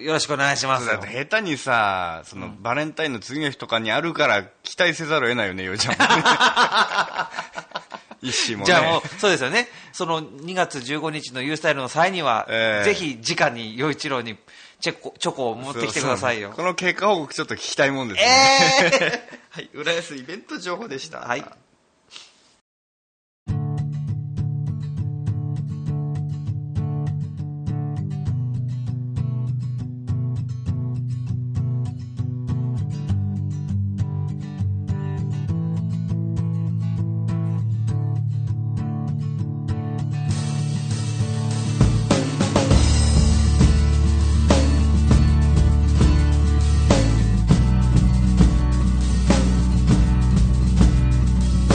[SPEAKER 1] よろしくお願いします
[SPEAKER 2] だ
[SPEAKER 1] よ
[SPEAKER 2] って。下手にさそのバレンタインの次の日とかにあるから期待せざるを得ないよねようちゃんも ね 一心も
[SPEAKER 1] じ
[SPEAKER 2] ね
[SPEAKER 1] ゃあもう、そうですよね。その2月15日のユースタイルの際には、
[SPEAKER 2] ええ
[SPEAKER 1] ぜひ直に陽一郎にチェコチョコを持ってきてくださいよ
[SPEAKER 2] そう。そうこの結果報告ちょっと聞きたいもんですね、
[SPEAKER 1] え
[SPEAKER 2] はい浦安イベント情報でした
[SPEAKER 1] はい
[SPEAKER 8] 「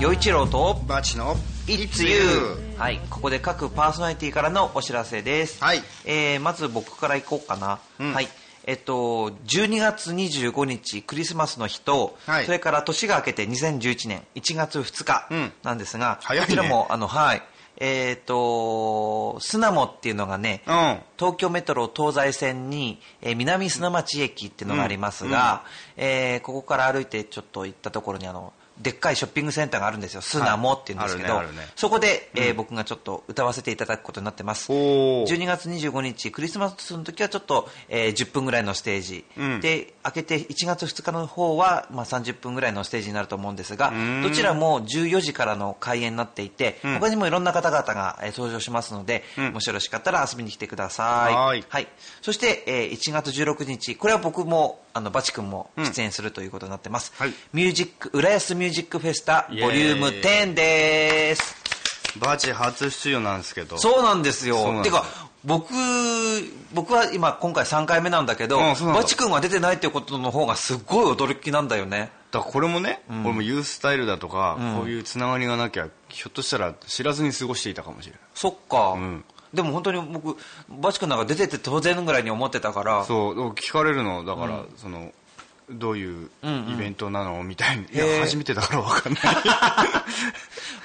[SPEAKER 1] 与一郎と
[SPEAKER 2] バチの「It's You
[SPEAKER 1] はい、ここで各パーソナリティからのお知らせです、
[SPEAKER 2] はい
[SPEAKER 1] えーまず僕から行こうかな、
[SPEAKER 2] ん
[SPEAKER 1] はいえっと、12月25日クリスマスの日と、
[SPEAKER 2] はい
[SPEAKER 1] それから年が明けて2011年1月2日
[SPEAKER 2] うん
[SPEAKER 1] なんですが、
[SPEAKER 2] 早いね
[SPEAKER 1] こちらもあのはいえーっ、とスナモっていうのがね、
[SPEAKER 2] うん
[SPEAKER 1] 東京メトロ東西線に、えー南砂町駅っていうのがありますが、えーここから歩いてちょっと行ったところにあのでっかいショッピングセンターがあるんですよスナモっていうんですけど、
[SPEAKER 2] はいあるねあるね
[SPEAKER 1] そこで、えー僕がちょっと歌わせていただくことになってます
[SPEAKER 2] おー
[SPEAKER 1] 12月25日クリスマスの時はちょっと、えー10分ぐらいのステージ、
[SPEAKER 2] うん
[SPEAKER 1] で明けて1月2日の方は、まあ、30分ぐらいのステージになると思うんですが
[SPEAKER 2] ん
[SPEAKER 1] どちらも14時からの開演になっていて、他にもいろんな方々が、えー登場しますので、
[SPEAKER 2] ん
[SPEAKER 1] もしよろしかったら遊びに来てください
[SPEAKER 2] はーい
[SPEAKER 1] そして、えー1月16日これは僕もあのバチ君も出演するということになってます、
[SPEAKER 2] はい
[SPEAKER 1] ミュージック浦安ミュージックフェスタボ
[SPEAKER 2] イ
[SPEAKER 1] リ
[SPEAKER 2] エーイ
[SPEAKER 1] ューム10です」
[SPEAKER 2] バチ初出場なんですけど
[SPEAKER 1] そうなんです
[SPEAKER 2] そうな
[SPEAKER 1] よ。
[SPEAKER 2] ん
[SPEAKER 1] て
[SPEAKER 2] です
[SPEAKER 1] か、僕、僕は今、今回3回目なんだけど、
[SPEAKER 2] あそうなんだ
[SPEAKER 1] バチ君が出てないっていうことの方がすっごい驚きなんだよね。
[SPEAKER 2] だからこれもね、俺もユースタイルだとか、こういうつながりがなきゃひょっとしたら知らずに過ごしていたかもしれない
[SPEAKER 1] そっか。
[SPEAKER 2] ん
[SPEAKER 1] でも本当に僕、バチ君なんか出てて当然ぐらいに思ってたから、
[SPEAKER 2] そうでも聞かれるのだから、そのどういうイベントなのみたいに、い
[SPEAKER 1] へー
[SPEAKER 2] や初めてだから分かんない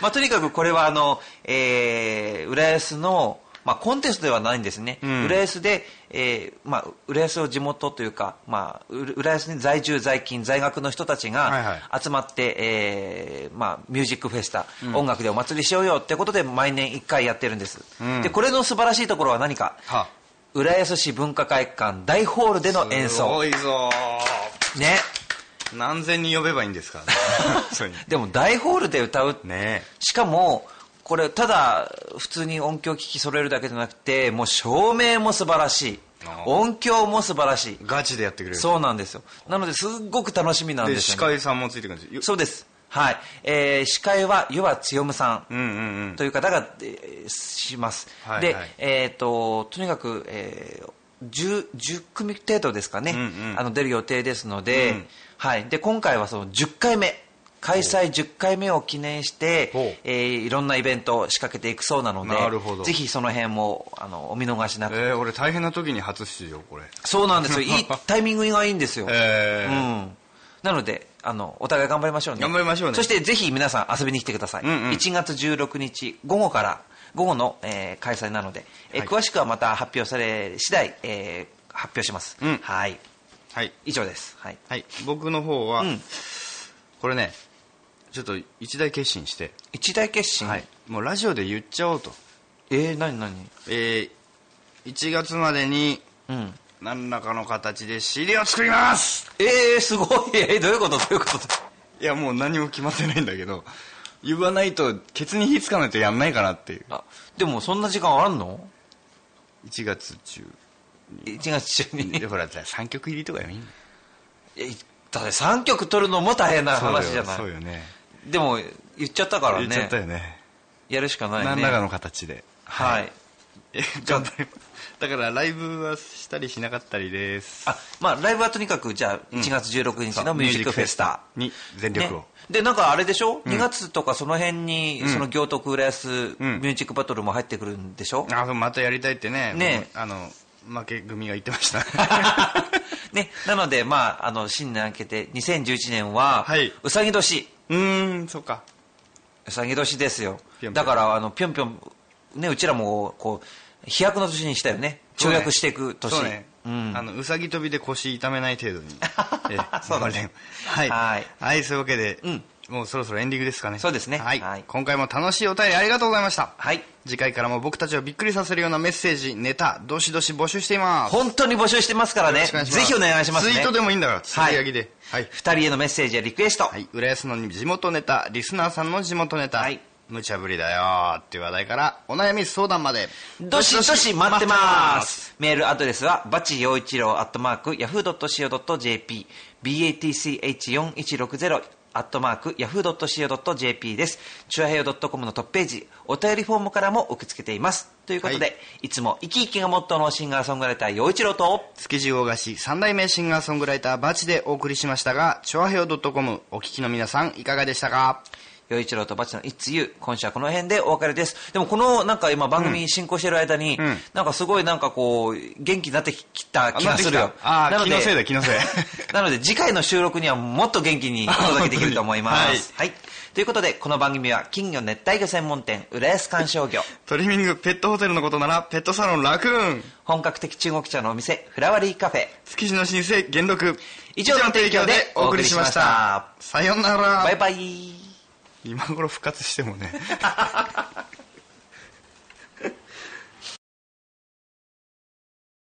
[SPEAKER 1] まあ、とにかくこれはあの、えー、浦安の、まあ、コンテストではないんですね、
[SPEAKER 2] ん
[SPEAKER 1] 浦安で、えーまあ、浦安を地元というか、まあ、う浦安に在住、在勤、在学の人たち
[SPEAKER 2] はいは
[SPEAKER 1] が集まって、えーまあ、ミュージックフェスタ、音楽でお祭りしようよってことで、毎年1回やってるんです、
[SPEAKER 2] うん
[SPEAKER 1] でこれの素晴らしいところは何か、
[SPEAKER 2] は
[SPEAKER 1] 浦安市文化会館大ホールでの演
[SPEAKER 2] す
[SPEAKER 1] 奏
[SPEAKER 2] ご、いぞ
[SPEAKER 1] ね、
[SPEAKER 2] ー何千人呼べばいいんですか 本当に
[SPEAKER 1] でも大ホールで歌うって
[SPEAKER 2] ね
[SPEAKER 1] しかもこれただ普通に音響機器揃えるだけじゃなくてもう照明も素晴らしい
[SPEAKER 2] ああ
[SPEAKER 1] 音響も素晴らしい
[SPEAKER 2] えガチでやってくれる
[SPEAKER 1] そうなんですよなのですっごく楽しみなん
[SPEAKER 2] で
[SPEAKER 1] です
[SPEAKER 2] 司
[SPEAKER 1] よ、ね、
[SPEAKER 2] 会さんもついてくるんですよ
[SPEAKER 1] そうですはい、えー司会は湯葉つよむさ
[SPEAKER 2] うん
[SPEAKER 1] ん
[SPEAKER 2] うんうん
[SPEAKER 1] という方が、えーします、
[SPEAKER 2] はい
[SPEAKER 1] で、
[SPEAKER 2] はい
[SPEAKER 1] えー、ととにかく、えー 10, 10組程度ですかね、
[SPEAKER 2] うんうん
[SPEAKER 1] あの出る予定ですので,、
[SPEAKER 2] うん
[SPEAKER 1] はい、で今回はその10回目開催10回目を記念して
[SPEAKER 2] ほう、
[SPEAKER 1] えーいろんなイベントを仕掛けていくそうなの
[SPEAKER 2] なるほ
[SPEAKER 1] で
[SPEAKER 2] ど
[SPEAKER 1] ぜひその辺もあのお見逃しなく、
[SPEAKER 2] えー、俺大変な時に初出場これ
[SPEAKER 1] そうなんですよいいタイミングがいいんですよ、
[SPEAKER 2] えー
[SPEAKER 1] うん、なのであのお互い頑張りましょうね
[SPEAKER 2] 頑張りましょうね
[SPEAKER 1] そしてぜひ皆さん遊びに来てください、
[SPEAKER 2] うんうん
[SPEAKER 1] 1月16日午後から午後の、えー開催なので、えー
[SPEAKER 2] はい
[SPEAKER 1] 詳しくはまた発表され次第、えー発表します、
[SPEAKER 2] うん
[SPEAKER 1] はい
[SPEAKER 2] はい
[SPEAKER 1] 以上ですはい
[SPEAKER 2] はい、僕の方は、
[SPEAKER 1] うん
[SPEAKER 2] これねちょっと一大決心して、
[SPEAKER 1] 一大決心、
[SPEAKER 2] はい、もうラジオで言っちゃおうと、
[SPEAKER 1] えー、何何
[SPEAKER 2] えー、1月までに
[SPEAKER 1] うん
[SPEAKER 2] 何らかの形で CD を作ります
[SPEAKER 1] えー、すごい、 えーどういうことどういうこと
[SPEAKER 2] いやもう何も決まってないんだけど言わないとケツに火つかないとやんないかなっていう
[SPEAKER 1] あでもそんな時間あんの
[SPEAKER 2] 1月中
[SPEAKER 1] ?1 月中 に。い
[SPEAKER 2] でほら3曲入りとかでもいいんだ
[SPEAKER 1] やだって3曲取るのも大変な話じゃな
[SPEAKER 2] そうよそう
[SPEAKER 1] い
[SPEAKER 2] よね
[SPEAKER 1] でも言っちゃったから
[SPEAKER 2] 言っちゃった
[SPEAKER 1] ね
[SPEAKER 2] よね
[SPEAKER 1] やるしかないね
[SPEAKER 2] 何らかの形で
[SPEAKER 1] はい、
[SPEAKER 2] え頑張りますだからライブはしたりしなかったりです
[SPEAKER 1] あまあライブはとにかくじゃあ1月16日のミュージックフェスタ、
[SPEAKER 2] に全力を、
[SPEAKER 1] ねでなんかあれでしょ、2月とかその辺にその行徳浦安ミュージックバトルも入ってくるんでしょ、
[SPEAKER 2] あまたやりたいってね
[SPEAKER 1] ね
[SPEAKER 2] もうあの負け組が言ってました
[SPEAKER 1] ね、なので、まあ、あの新年明けて2011年は、
[SPEAKER 2] はいう
[SPEAKER 1] さぎ年
[SPEAKER 2] うーんそうか
[SPEAKER 1] うさぎ年ですよ
[SPEAKER 2] ぴょんぴ
[SPEAKER 1] だ
[SPEAKER 2] ょん
[SPEAKER 1] からあのぴょんぴょん、ね、うちらもこう飛躍の年にしたよね跳躍していく年
[SPEAKER 2] そうね
[SPEAKER 1] うん
[SPEAKER 2] あのうさぎ跳びで腰痛めない 程度にええ
[SPEAKER 1] そうだね
[SPEAKER 2] 頑張りたいはい、
[SPEAKER 1] はい
[SPEAKER 2] はいそういうわけで、
[SPEAKER 1] うん
[SPEAKER 2] もうそろそろエンディングですかね
[SPEAKER 1] そうですね
[SPEAKER 2] はい、
[SPEAKER 1] はい
[SPEAKER 2] 今回も楽しいお便りありがとうございました
[SPEAKER 1] はい
[SPEAKER 2] 次回からも僕たちをびっくりさせるようなメッセージネタどしどし募集しています
[SPEAKER 1] 本当に募集してますから
[SPEAKER 2] よ
[SPEAKER 1] ね
[SPEAKER 2] ろしくお願い
[SPEAKER 1] ぜ
[SPEAKER 2] します
[SPEAKER 1] ひお願いしますね
[SPEAKER 2] ツイートでもいいんだからつぶやきではい、はい
[SPEAKER 1] 2人へのメッセージやリクエスト、
[SPEAKER 2] はい、浦安の地元ネタリスナーさんの地元ネタ、
[SPEAKER 1] はい
[SPEAKER 2] 無茶ぶりだよーっていう話題からお悩み相談まで
[SPEAKER 1] どしどし待ってますメールアドレスはバチ陽一郎アットマークヤフー .co.jp batch4160 アットマークヤフー .co.jp ですチュアヘヨ .com のトップページお便りフォームからも受け付けていますということで、、
[SPEAKER 2] はい
[SPEAKER 1] つも生き生きがモットーのシンガーソングライター陽一郎と
[SPEAKER 2] 築地大菓子三代目シンガーソングライターバチでお送りしましたがチョアヘオ .com お聞きの皆さんいかがでしたか
[SPEAKER 1] 与一郎とバチの It's You 今週はこの辺でお別れですでもこのなんか今番組進行してる間に、
[SPEAKER 2] ん
[SPEAKER 1] なんかすごいなんかこう元気になってきた気がするよ
[SPEAKER 2] あ
[SPEAKER 1] な
[SPEAKER 2] あ、
[SPEAKER 1] の
[SPEAKER 2] 気
[SPEAKER 1] で
[SPEAKER 2] のせいだ、気の せい。
[SPEAKER 1] なので次回の収録にはもっと元気にお届けできると思います。はい、ということで、この番組は金魚熱帯魚専門店、浦安観賞魚、
[SPEAKER 2] トリミング、ペットホテルのことなら、ペットサロンラクーン。
[SPEAKER 1] 本格的中国茶のお店、フラワリーカフェ。
[SPEAKER 2] 築地の新生、元禄。
[SPEAKER 1] 以上の提供でお送りしました
[SPEAKER 2] さよなら。
[SPEAKER 1] バイバイ。
[SPEAKER 2] 今頃復活してもね。